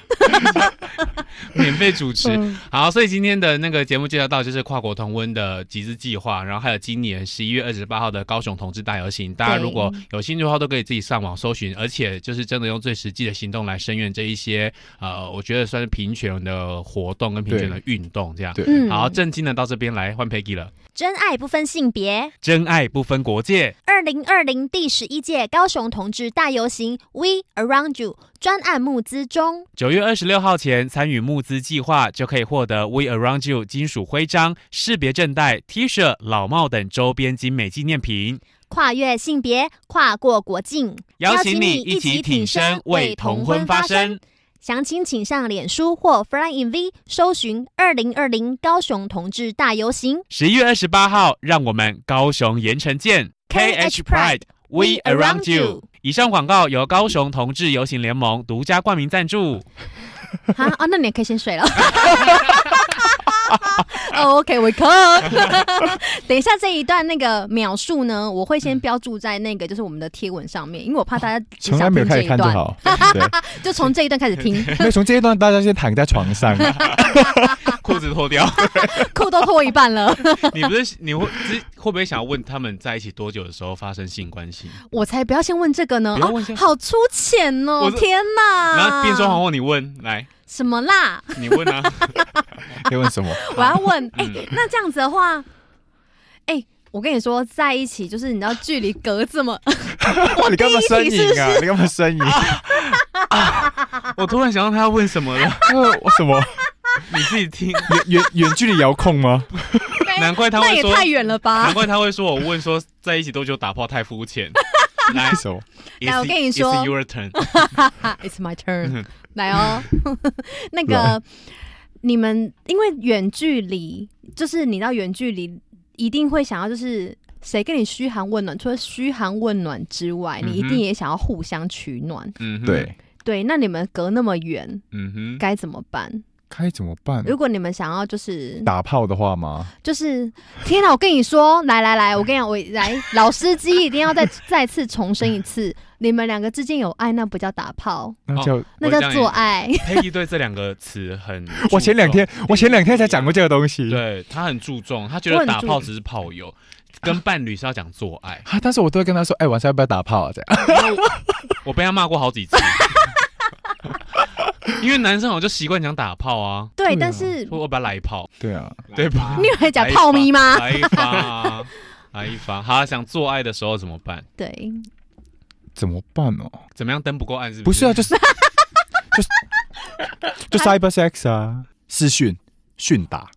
S2: 免费主持
S1: 嗯。
S2: 好，所以今天的那个节目介绍到就是跨国同温的集资计划，然后还有今年十一月二十八号的高雄同志大游行，大家
S1: 对
S2: 如果有兴趣的话，都可以自己上网搜寻，而且就是真的用最实际的行动来声援这一些呃，我觉得算是平权的活动跟平权的运动这样。
S5: 对
S1: 嗯
S2: 好，震惊的到这边来换 Peggy 了，
S4: 真爱不分性别。
S2: 真爱不分国界，
S4: 二零二零第十一届高雄同志大游行 We Around You 专案募资中，
S2: 九月二十六号前参与募资计划，就可以获得 We Around You 金属徽章、识别证带、T 恤、老帽等周边精美纪念品。
S4: 跨越性别，跨过国境，
S2: 邀请你一起挺身为同婚发声。。
S4: 详情请上脸书或 Fly in V 搜寻“二零二零高雄同志大游行
S2: 十一月二十八号，让我们高雄盐城见。KH Pride We Around You。以上广告由高雄同志游行联盟独家冠名赞助。
S4: [laughs]
S1: 好啊，那你也可以先睡了。哦、o k we come
S4: [laughs]
S1: 等一下这一段那个描述呢，我会
S4: 嗯
S1: 先标注在那个就是我们的贴文上面，因为我怕大家只
S5: 从来
S1: 想
S5: 没有
S1: 听
S5: 开
S1: 这
S5: 始
S1: 一
S5: 看就
S1: 段，
S5: 好，对，
S1: [laughs] 就从这一段开始
S2: [laughs]
S1: 听，
S5: 没有从这一段大家先躺在床
S1: [laughs]
S5: 上，
S2: 裤子脱掉， [laughs]
S1: 裤都脱一半了， [laughs]
S2: 你不是你会这会不会想要问他们在一起多久的时候发生性关系？
S1: 我才不要先问这个呢，
S2: 不要问先
S1: 哦、好粗浅哦
S2: 我，是
S1: 天
S2: 然后
S1: 哪！
S2: 变装皇后，你问来，
S1: 什么啦？
S2: 你问啊，
S5: 要问什么？
S1: 我要
S2: [laughs]
S1: 问，哎、
S2: 嗯
S1: 那这样子的话，哎、我跟你说，在一起就是你知道距离隔这么，
S5: 你干嘛呻
S1: 第一题是不
S5: 吟啊？你干
S1: [laughs]
S5: 嘛呻吟？
S2: 我突然想到他要问什么了，
S5: 呃我什么
S2: 你自己听。
S5: 远远远距离遥控吗？
S2: 难怪他
S1: 哎那
S2: 会
S1: 也
S2: 说，
S1: 太远了吧
S2: 难？怪他会说我问说在一起多久打炮太
S1: [laughs]
S2: 肤浅。来
S5: 为，什么？
S1: 来我跟你说
S2: it's
S1: [laughs]
S2: your turn。
S1: 啊，It's my
S2: Mm-hmm.
S1: turn，来哦，
S2: [laughs]
S1: 那个你们因为远距离，就是你到远距离一定会想要就是。谁跟你嘘寒问暖？除了嘘寒问暖之外，你一
S2: 嗯哼
S1: 定也想要互相取暖。
S2: 嗯哼，
S5: 对，
S1: 对，那你们隔那么远，
S2: 嗯哼，
S1: 该怎么办？
S5: 该怎么办？
S1: 如果你们想要就是
S5: 打炮的话吗？
S1: 就是天哪！我跟你说，来来来，我跟你讲，我来老司机一定要再再次重申一
S2: 嗯
S1: 次，你们两个之间有爱，那不叫打炮，
S5: 那叫
S1: 哦那叫做爱。 [laughs]
S2: Peggy 对这两个词很注重，
S5: [laughs] 我前两天我前两天才讲过这个东西，
S2: 对他很注重，他觉
S1: 我
S2: 得
S1: 很
S2: 打
S1: 注
S2: 炮只是炮友，跟伴侣是要讲做爱。
S5: 啊，但是我都会跟他说，哎，晚上要不要打炮啊？这样，
S2: 我被他骂过好
S1: [laughs]
S2: 几次，因为男生我就习惯讲打炮啊，
S1: 对，
S5: 对啊
S1: 但是
S2: 说我把来一炮，
S5: 对啊，
S2: 对吧？
S1: 你会讲泡咪吗？
S5: 哎
S2: 来一发啊，来一发。好，想做爱的时候怎么办？
S1: 对，
S5: 怎么办哦？
S2: 怎么样？灯不够暗是
S5: 不
S2: 是
S5: 是啊，就是就是就 cyber sex 啊，私讯训打，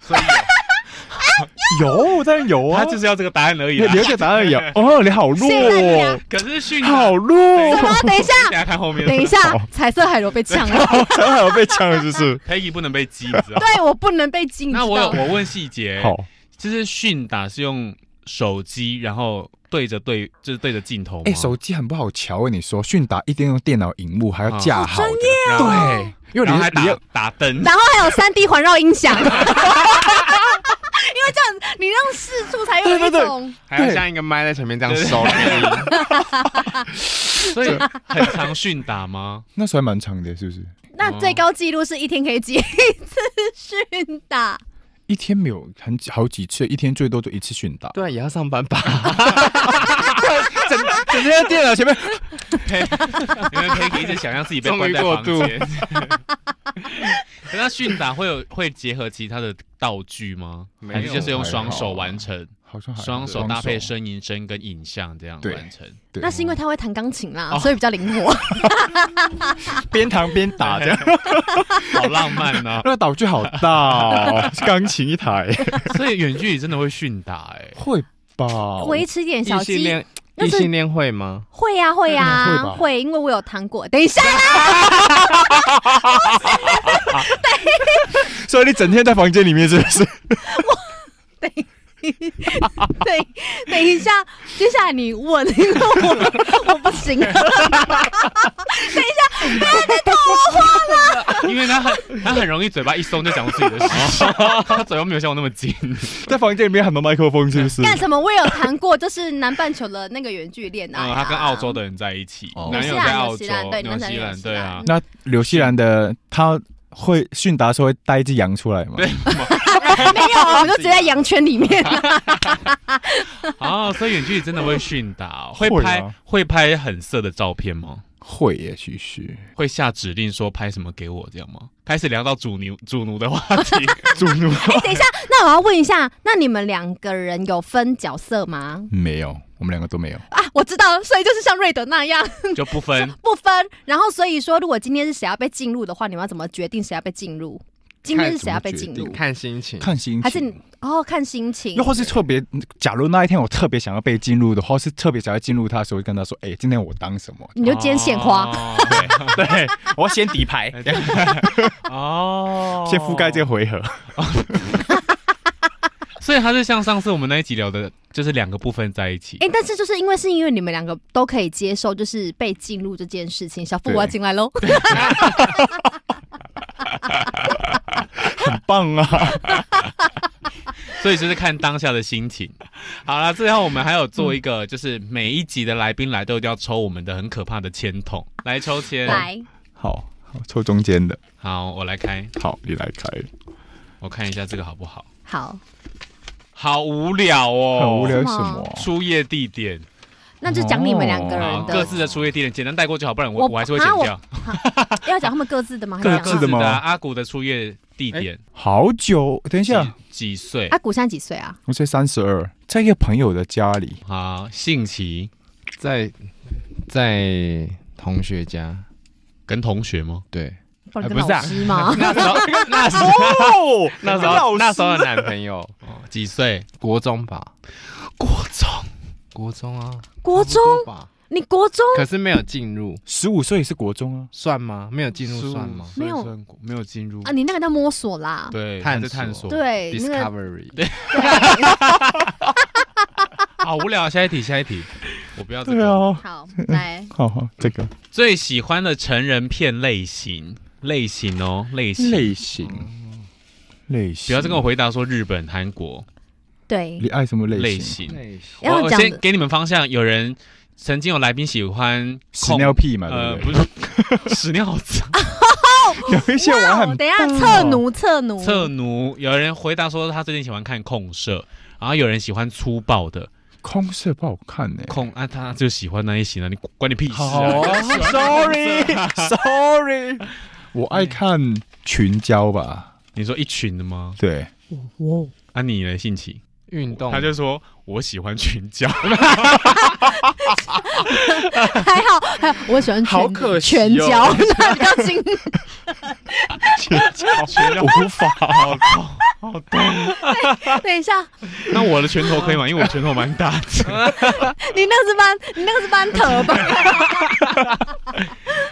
S2: 所
S5: [laughs]
S2: 以
S5: 有当然有啊，
S2: 他就是要这个答案而已
S5: 你
S2: 啦。
S5: 留下答案有哦，你好弱
S1: 现在你啊
S5: 哦，
S2: 可是训
S5: 好弱哦， [laughs]
S1: 什么？等一下，
S2: 大家看后面。
S1: 等一下
S5: 好，
S1: 彩色海螺被呛
S5: [laughs]
S1: 了。
S5: 真好被呛是不是？
S2: Peggy 不能被激，你知
S5: [laughs]
S2: 道吗？
S1: 对我不能被禁。
S2: 那
S1: 你
S2: 我
S1: 知
S2: 有
S1: 道吗
S2: 我问细节，
S5: 好，
S2: 就是训打是用手机，然后对着对，就是对着镜头吗？
S5: 哎，手机很不好瞧，欸跟你说，训打一定用电脑荧幕，还要架好的，
S2: 然后，
S1: 哦
S5: 对，因为
S2: 然
S5: 你
S2: 后还
S5: 你要
S2: 打打灯，
S1: 然后还有三 D 环绕音
S5: [laughs]
S1: 响，因为这样你让四处才有
S5: 对
S1: 一
S5: 对对
S1: 种
S6: 还要像一个麦在前面这样收那 [laughs] 个音。
S2: 所以很常训打吗？
S5: 那时候还蛮长的，是不是？
S1: 那最高纪录是一天可以解一次训打，
S5: 一天没有很好几次，一天最多就一次训打。
S6: 对啊，也要上班吧？
S5: 整整天在电脑前面，
S2: 因为 Peggy 一直想象自己被关在房
S6: 终于
S2: 间。 [laughs] 可那训打会有会结合其他的道具吗？
S6: [laughs] 没有
S2: 还是就是用双手完成，
S5: 好像还好
S2: 双手搭配声音、声跟影像这样
S5: 对
S2: 完成？
S5: 对
S1: 那是因为他会弹钢琴啦，
S2: 哦
S1: 所以比较灵活。
S5: 边弹边打 [laughs] 这样，
S2: 好浪漫呢、
S5: 那个道具好大哦，是钢琴一台，
S2: [laughs] 所以远距离真的会训打哎、
S5: [laughs] 会吧？
S1: 维持一点小
S6: 啊异性
S1: 鸡
S6: 恋，
S1: 那
S6: 异
S1: 是
S6: 性恋会吗？
S1: 会呀会
S5: 嗯会
S1: 呀
S5: 吧
S1: 会，因为我有弹过。等一下啦，
S5: 所以你整天在房间里面是不是？ [laughs]
S1: 等一 [laughs] 对，等一下，接下来你问，因为我我不行了。
S2: 因为他很他很容易嘴巴一松就讲出自己的事，
S5: 哦
S2: 他嘴巴没有像我那么
S1: [laughs]
S2: 紧。
S5: 在房间里面喊到麦克风是不是？
S1: 干什么？我有谈过，就是南半球的那个远距恋爱、
S2: 嗯，
S1: 啊
S2: 他跟澳洲的人在一起
S6: 哦，
S2: 男友在澳洲
S1: 纽西兰，对你
S2: 纽西
S1: 们在纽
S2: 兰，
S1: 西兰
S2: 对啊， [laughs]
S5: 那纽西兰的他会训达的时候会带一只羊出来吗？
S2: 对
S1: 啊没有，我们都直接在羊圈里面啊了。
S2: 哦，所以远距离真的会训导，会
S5: 会啊
S2: 拍会拍很色的照片吗？
S5: 会耶，其实
S2: 会下指令说拍什么给我这样吗？开始聊到主奴主奴的话
S1: [laughs]
S2: 题，
S5: 主怒
S1: 那我要问一下，那你们两个人有分角色吗？
S5: 没有，我们两个都没有。
S1: 啊，我知道，所以就是像瑞德那样
S2: 就不分
S1: 不分。然后所以说，如果今天是谁要被进入的话，你们要怎么决定谁要被进入？今天是谁要被进入？
S6: 看心情。
S5: 看心情，
S1: 还是你哦，看心情
S5: 又。或是特别，假如那一天我特别想要被进入的话，是特别想要进入他的时候，跟他说：“哎、今天我当什么 [laughs]
S1: 你就今天献花，
S2: 哦？”
S5: 对，我要先底 [laughs] 牌，
S2: 哦
S5: [laughs] 先覆盖这个回合。
S2: 哦所以他就像上次我们那一集聊的，就是两个部分在一起
S1: 哎、。但是就是因为是因为你们两个都可以接受，就是被进入这件事情。小富，
S5: 对
S1: 我要进来喽。
S5: 很棒啊！
S2: 所以就是看当下的心情。好了，最后我们还有做一
S1: 嗯
S2: 个，就是每一集的来宾来都一定要抽我们的很可怕的签筒，来抽签。
S1: 来，
S5: 好，好抽中间的，
S2: 好，我来开，
S5: 好，你来开，
S2: 我看一下这个好不好？
S1: 好，
S2: 好无聊哦，
S5: 很无聊
S1: 什
S5: 什
S1: 么
S5: 么？
S2: 初夜地点，
S1: 那就讲你们两个
S2: 哦好，
S1: 人的，
S2: 各自的初夜地点，简单带过就好，不然我
S1: 我
S2: 我还是会剪
S1: 啊我
S2: 掉。
S1: 要讲他们各自的吗？
S5: 各
S1: 还是
S5: 自
S1: 讲
S5: 的吗
S2: 啊阿古的初夜地点，
S5: 好久，等一下，
S2: 几几岁
S1: 啊，？古现在几岁啊？
S5: 我才三十二，在一个朋友的家里，
S2: 好，性奇
S6: 在在同学家，
S2: 跟同学吗？
S6: 对，
S1: 不然
S2: 哎
S1: 跟
S2: 不是
S1: 老
S2: 啊
S1: 师
S6: [laughs]
S1: 吗？ [laughs]
S2: 那时候，那时候，
S5: 哦，
S2: 那时候，
S6: 那时候的男朋友，
S2: 几岁？
S6: [laughs] 国中吧，
S2: 国中。
S6: 国中啊，
S1: 国中，
S6: 吧，
S1: 你国中
S6: 可是没有进入，
S5: 十五岁也是国中啊，
S6: 算吗？没有进入算吗？
S1: 没有
S2: 算过没有进入
S1: 啊？你那个在摸索啦，
S2: 对，
S6: 探
S2: 还在探
S6: 索
S2: 索，，
S1: 对，哎那个
S6: ？Discovery，
S2: 好无聊。下一题，下一题，我不要这
S5: 对
S2: 个。
S5: 啊，
S1: 好
S2: [laughs]
S1: 来
S5: 好好，这个
S2: 最喜欢的成人片类型，类型哦，类型。
S5: 类型，类型，
S2: 不要再跟我回答说日本、韩国
S1: 对
S5: 你，爱什么类
S2: 类
S5: 型？
S2: 型。
S1: 要
S2: 我我
S1: 讲
S2: 先
S1: 的
S2: 给你们方向，有人曾经有来宾喜欢
S5: 屎
S2: 控
S5: 尿屁嘛，
S2: 呃，
S5: 对
S2: 不
S5: 不
S2: 是
S5: [laughs]
S2: 屎尿子，
S5: 对？ [laughs] 有一些玩
S1: 哇
S5: 很
S1: 哦，等一下侧
S5: [laughs]
S1: 奴侧奴
S2: 侧奴。有人回答说他最近喜欢看控社，然后有人喜欢粗暴的
S5: 空色不好看呢。
S2: 控啊，他就喜欢那一型啊，你关你屁事
S5: 好
S2: 啊！
S5: ，sorry，sorry，我爱看群交吧，
S2: 你说一群的吗？
S5: 对，
S2: 啊，你嘞，信奇？
S6: 运动，
S2: 他就说我喜欢群
S5: [laughs]
S2: 交，
S1: 还好，还好， [laughs] 我喜欢
S6: 好
S1: 拳
S6: 可惜
S1: 拳
S6: 哦
S1: 脚， [laughs] 那比较精
S2: 群交无法。好痛
S1: 等一下，
S2: 那我的拳头可以吗？因为我拳头蛮大的。
S1: 你那个是班，你那个是班特吧？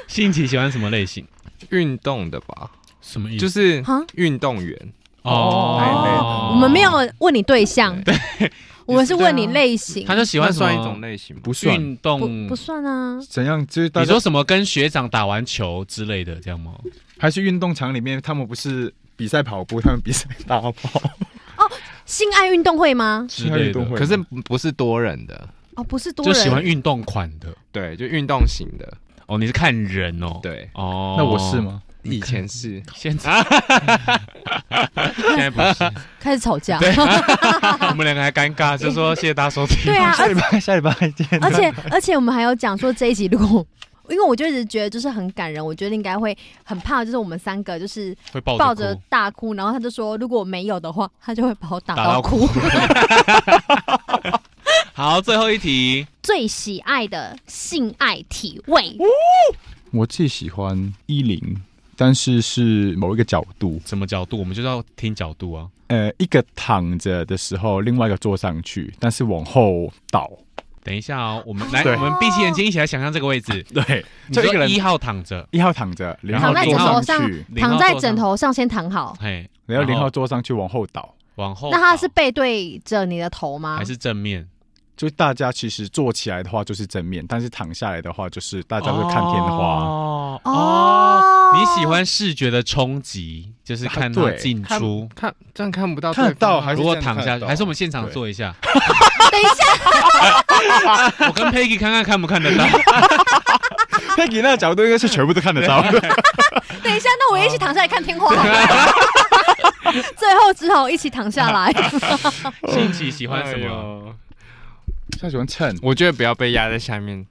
S2: 信奇喜欢什么类型？
S6: 运动的吧，
S2: 什么意
S6: 就是是
S1: 啊
S6: 运动员，
S2: 哦
S6: 哦，
S1: 我们没有问你对象， [laughs] 我们是问你类型，
S2: 他就喜
S6: 那
S2: 欢什么
S6: 算一种类型吧
S5: 不？算
S2: 运
S1: 不
S2: 动
S1: 不。算啊。
S5: 怎样？就是大
S2: 你
S5: 家
S2: 说什么跟学长打完球之类的，这样吗？
S5: 还是运动场里面，他们不是比赛跑步，他们比赛打跑，
S1: 性爱运动会吗？
S2: 之类
S5: 运动
S2: 的，
S5: 会
S6: 可是不是多人的，
S1: 哦，不是多
S2: 就
S1: 人，
S2: 喜欢运动款的。
S6: 对，就运动型的，
S2: 哦，你是看人哦。
S6: 对，
S2: 哦，
S5: 那我是？吗？
S6: 以前是
S2: 现在现在不
S6: [laughs]
S2: 是，
S1: 开始吵架。
S2: 我们两个还尴尬，就说谢谢大家收听。
S1: 对啊，
S5: 下礼拜下礼拜见。
S1: 而且而且我们还有讲说这一集如果。因为我就一直觉得就是很感人，我觉得应该会很怕，就是我们三个就是
S2: 会抱
S1: 抱
S2: 着
S1: 着
S2: 哭
S1: 大哭，然后他就说如果没有的话，他就会把我打
S2: 打到
S1: 到 [laughs]
S2: 哭。好，最后一题，
S4: 最喜爱的性爱体位，
S5: 我最喜欢一零，但是是某一个角度，
S2: 什么角度？我们就是要听角度啊。
S5: 呃，一个躺着的时候，另外一个坐上去，但是往后倒。
S2: 等一下哦，我们来，
S5: 对
S2: 我们闭起眼睛一起来想象这个位置。
S5: 对，
S2: 你
S5: 就一个
S2: 说
S5: 人
S2: 一号躺着，
S5: 一号躺着，零号
S1: 躺在
S5: 坐
S1: 枕头
S5: 上
S1: 上
S5: 去，
S2: 零号
S1: 躺在
S2: 坐
S1: 枕头上先躺好，
S2: 嘿，
S5: 然后零
S2: 然后
S5: 号坐上去往后倒，
S2: 往后
S1: 那它是
S2: 倒
S1: 背对着你的头吗？
S2: 哦还是正面？
S5: 就大家其实坐起来的话就是正面，但是躺下来的话就是大家会看天花。
S2: 哦
S1: 哦
S2: 你喜欢视觉的冲击，就是
S5: 啊
S2: 看它
S5: 对
S2: 进
S6: 看
S2: 出。
S6: 看这样看不到对
S5: 看
S6: 方，
S5: 得到还是
S2: 如果
S5: 这样
S2: 躺下
S5: 看
S2: 去，
S5: 得
S2: 还是
S5: 到
S2: 我们现场
S5: 对
S2: 做一下。
S1: [laughs] 等一下，
S2: [laughs] 我跟 Peggy 看看看不看
S5: [laughs]
S2: 得到。
S5: 佩吉那个角度应该是全部都看得到。
S1: 等一下，那我也一起躺下来看天花好
S2: [laughs]
S1: 了。最后只好一起躺下
S2: [laughs]
S1: 来。
S2: 兴起喜
S6: 喜
S2: 欢什
S5: 哎
S2: 么？？
S5: 他喜欢蹭，
S6: 哎我觉得不要被压在下面，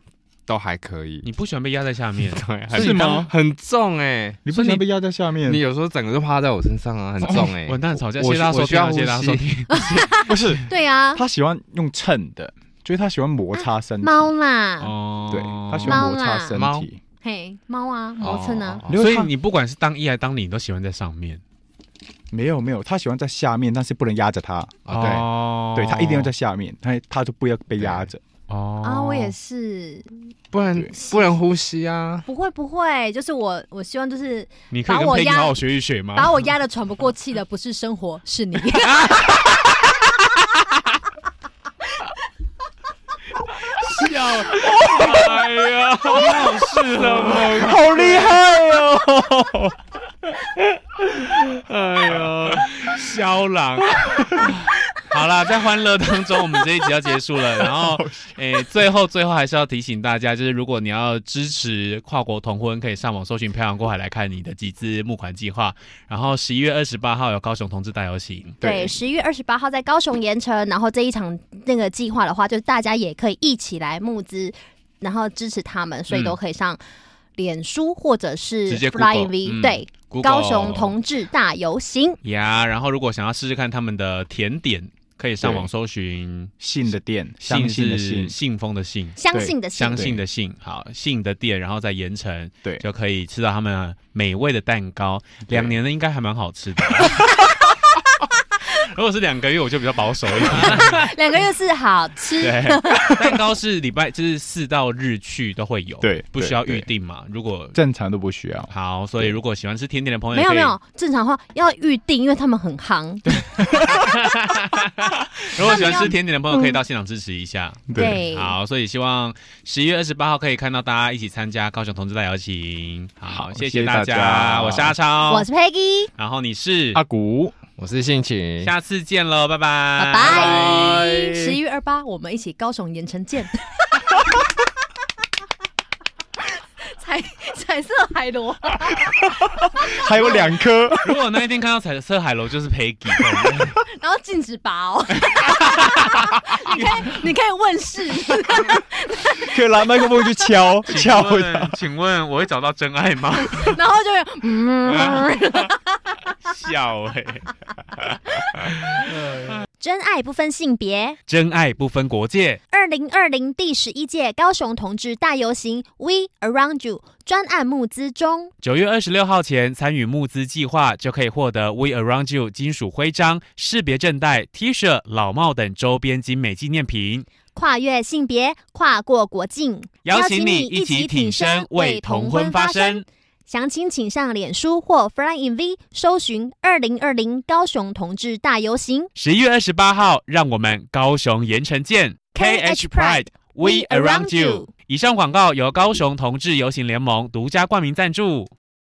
S6: 都还可以。，
S2: 你不喜欢被压在
S1: [laughs]
S2: 下面
S6: 对，
S5: 是吗？
S6: 很重哎、
S5: 你不能被压在下面
S6: 你。有时候整个就趴在我身上啊，很重哎、
S2: 嗯哦完蛋，吵架！
S6: 我
S2: 谢谢大家收
S6: 我需
S2: 听
S6: 要
S2: 啊，谢谢大家收
S6: 呼 [laughs]
S2: 听。
S5: 不是，
S1: 对啊，
S5: 他喜欢用蹭的，就是他喜欢摩擦身体。
S4: 猫啦，
S2: 哦
S5: 对，他喜欢摩擦身
S6: 猫
S5: 体。
S1: 嘿，猫啊，
S4: 磨蹭啊，
S6: 哦哦哦
S2: 所以你不管是当一还是当零，你都喜欢在上面。
S5: 没有没有，他喜欢在下面，但是不能压着他。
S6: 啊对
S2: 哦
S5: 对他一定要在下面，他他就不要被压着。
S2: 哦
S1: 啊，我也是，
S6: 不能
S5: 对
S6: 不能呼吸啊。
S1: 不会不会，就是我，我希望就是
S2: 你可以
S1: 把
S2: 跟
S1: 我
S2: Peggy
S1: 压
S2: 好好学一学吗？
S1: 把我压得喘不过气的，不是生活，是你。
S2: 笑，哎呀，好事啊了吗？
S5: 好厉害哦！
S2: 哎呦，肖郎。好啦，在欢乐当中，我们这一集要结束了。然
S5: [laughs]
S2: 后，诶、最后最后还是要提醒大家，就是如果你要支持跨国同婚，可以上网搜寻“漂洋过海”来看你的集资募款计划。然后十一月二十八号有高雄同志大游行，
S1: 对，十一月二十八号在高雄盐城，然后这一场那个计划的话，就是大家也可以一起来募资，然后支持他们，所以
S2: 嗯
S1: 都可以上脸书或者是
S2: 直接
S1: Flying
S2: Google，
S1: V，、
S2: 嗯
S1: 对，
S2: Google
S1: 高雄同志大游行。
S2: 呀。然后，如果想要试试看他们的甜点，可以上网搜寻
S5: 信的电，
S2: “
S5: 相信的
S2: 是
S5: 信，
S2: 信封的“信”。
S1: 相信的信
S2: 相，信的信，好信的店，然后在盐城，
S5: 对
S2: 就可以吃到他们美味的蛋糕。
S5: 对
S2: 两年的应该还蛮好
S5: [laughs]
S2: 吃的。如果是两个月，我就比较保守一点。
S5: [laughs]
S1: 两个月是
S2: [laughs]
S1: 好吃。
S2: 对，蛋糕是礼拜就是四到日去都会有，
S5: 对
S2: 不需要
S5: 对对
S2: 预定嘛。如果
S5: 正常都不需要。
S2: 好，所以如果喜欢吃甜点的朋友，
S1: 没有
S2: 可以
S1: 没有，正常的话要预定，因为他们很夯。
S2: 如果喜欢吃甜点的朋友，
S1: 嗯
S2: 可以到现场支持一下。
S1: 对，
S2: 好，所以希望十一月二十八号可以看到大家一起参加高雄同志大游行。好，
S5: 好
S2: 谢
S5: 谢谢
S2: 大
S5: 大家
S2: 我是阿超，
S1: 我是 Peggy，
S2: 然后你是
S5: 阿古，
S6: 我是性情，
S2: 下次见喽，拜拜，
S1: 拜拜。十一月二八，我们一起高雄盐城见。 [laughs] 彩彩色海螺。
S5: 还有两颗。
S2: 如果那一天看到彩色海楼，就是 Peggy，
S1: 然后禁止拔 [laughs] 哦。你可以，你可以问世，
S5: 可以拿麦克风去敲敲
S2: 请
S5: 它。
S2: 问请问我会找到真爱吗？
S1: [laughs]
S2: [laughs]
S1: 然后就会嗯，
S2: 笑哎、
S4: 真爱不分性别。
S2: 真爱不分国界，
S4: 二零二零第十一届高雄同志大游行 We Around You 专案募资中，
S2: 九月二十六号前参与募资计划，就可以获得 We Around You 金属徽章、识别证带、T 恤、老帽等周边精美纪念品。
S4: 跨越性别，跨过国境，
S2: 邀请你一起挺身为同婚发声。。
S4: 详情请上脸书或 Fly in V 搜寻“二零二零高雄同志大游行”。
S2: 十一月二十八号，让我们高雄盐城见。
S4: KH Pride,
S2: We
S4: We
S2: Around
S4: Around
S2: You
S4: You。
S2: 以上广告由高雄同志游行联盟独家冠名赞助。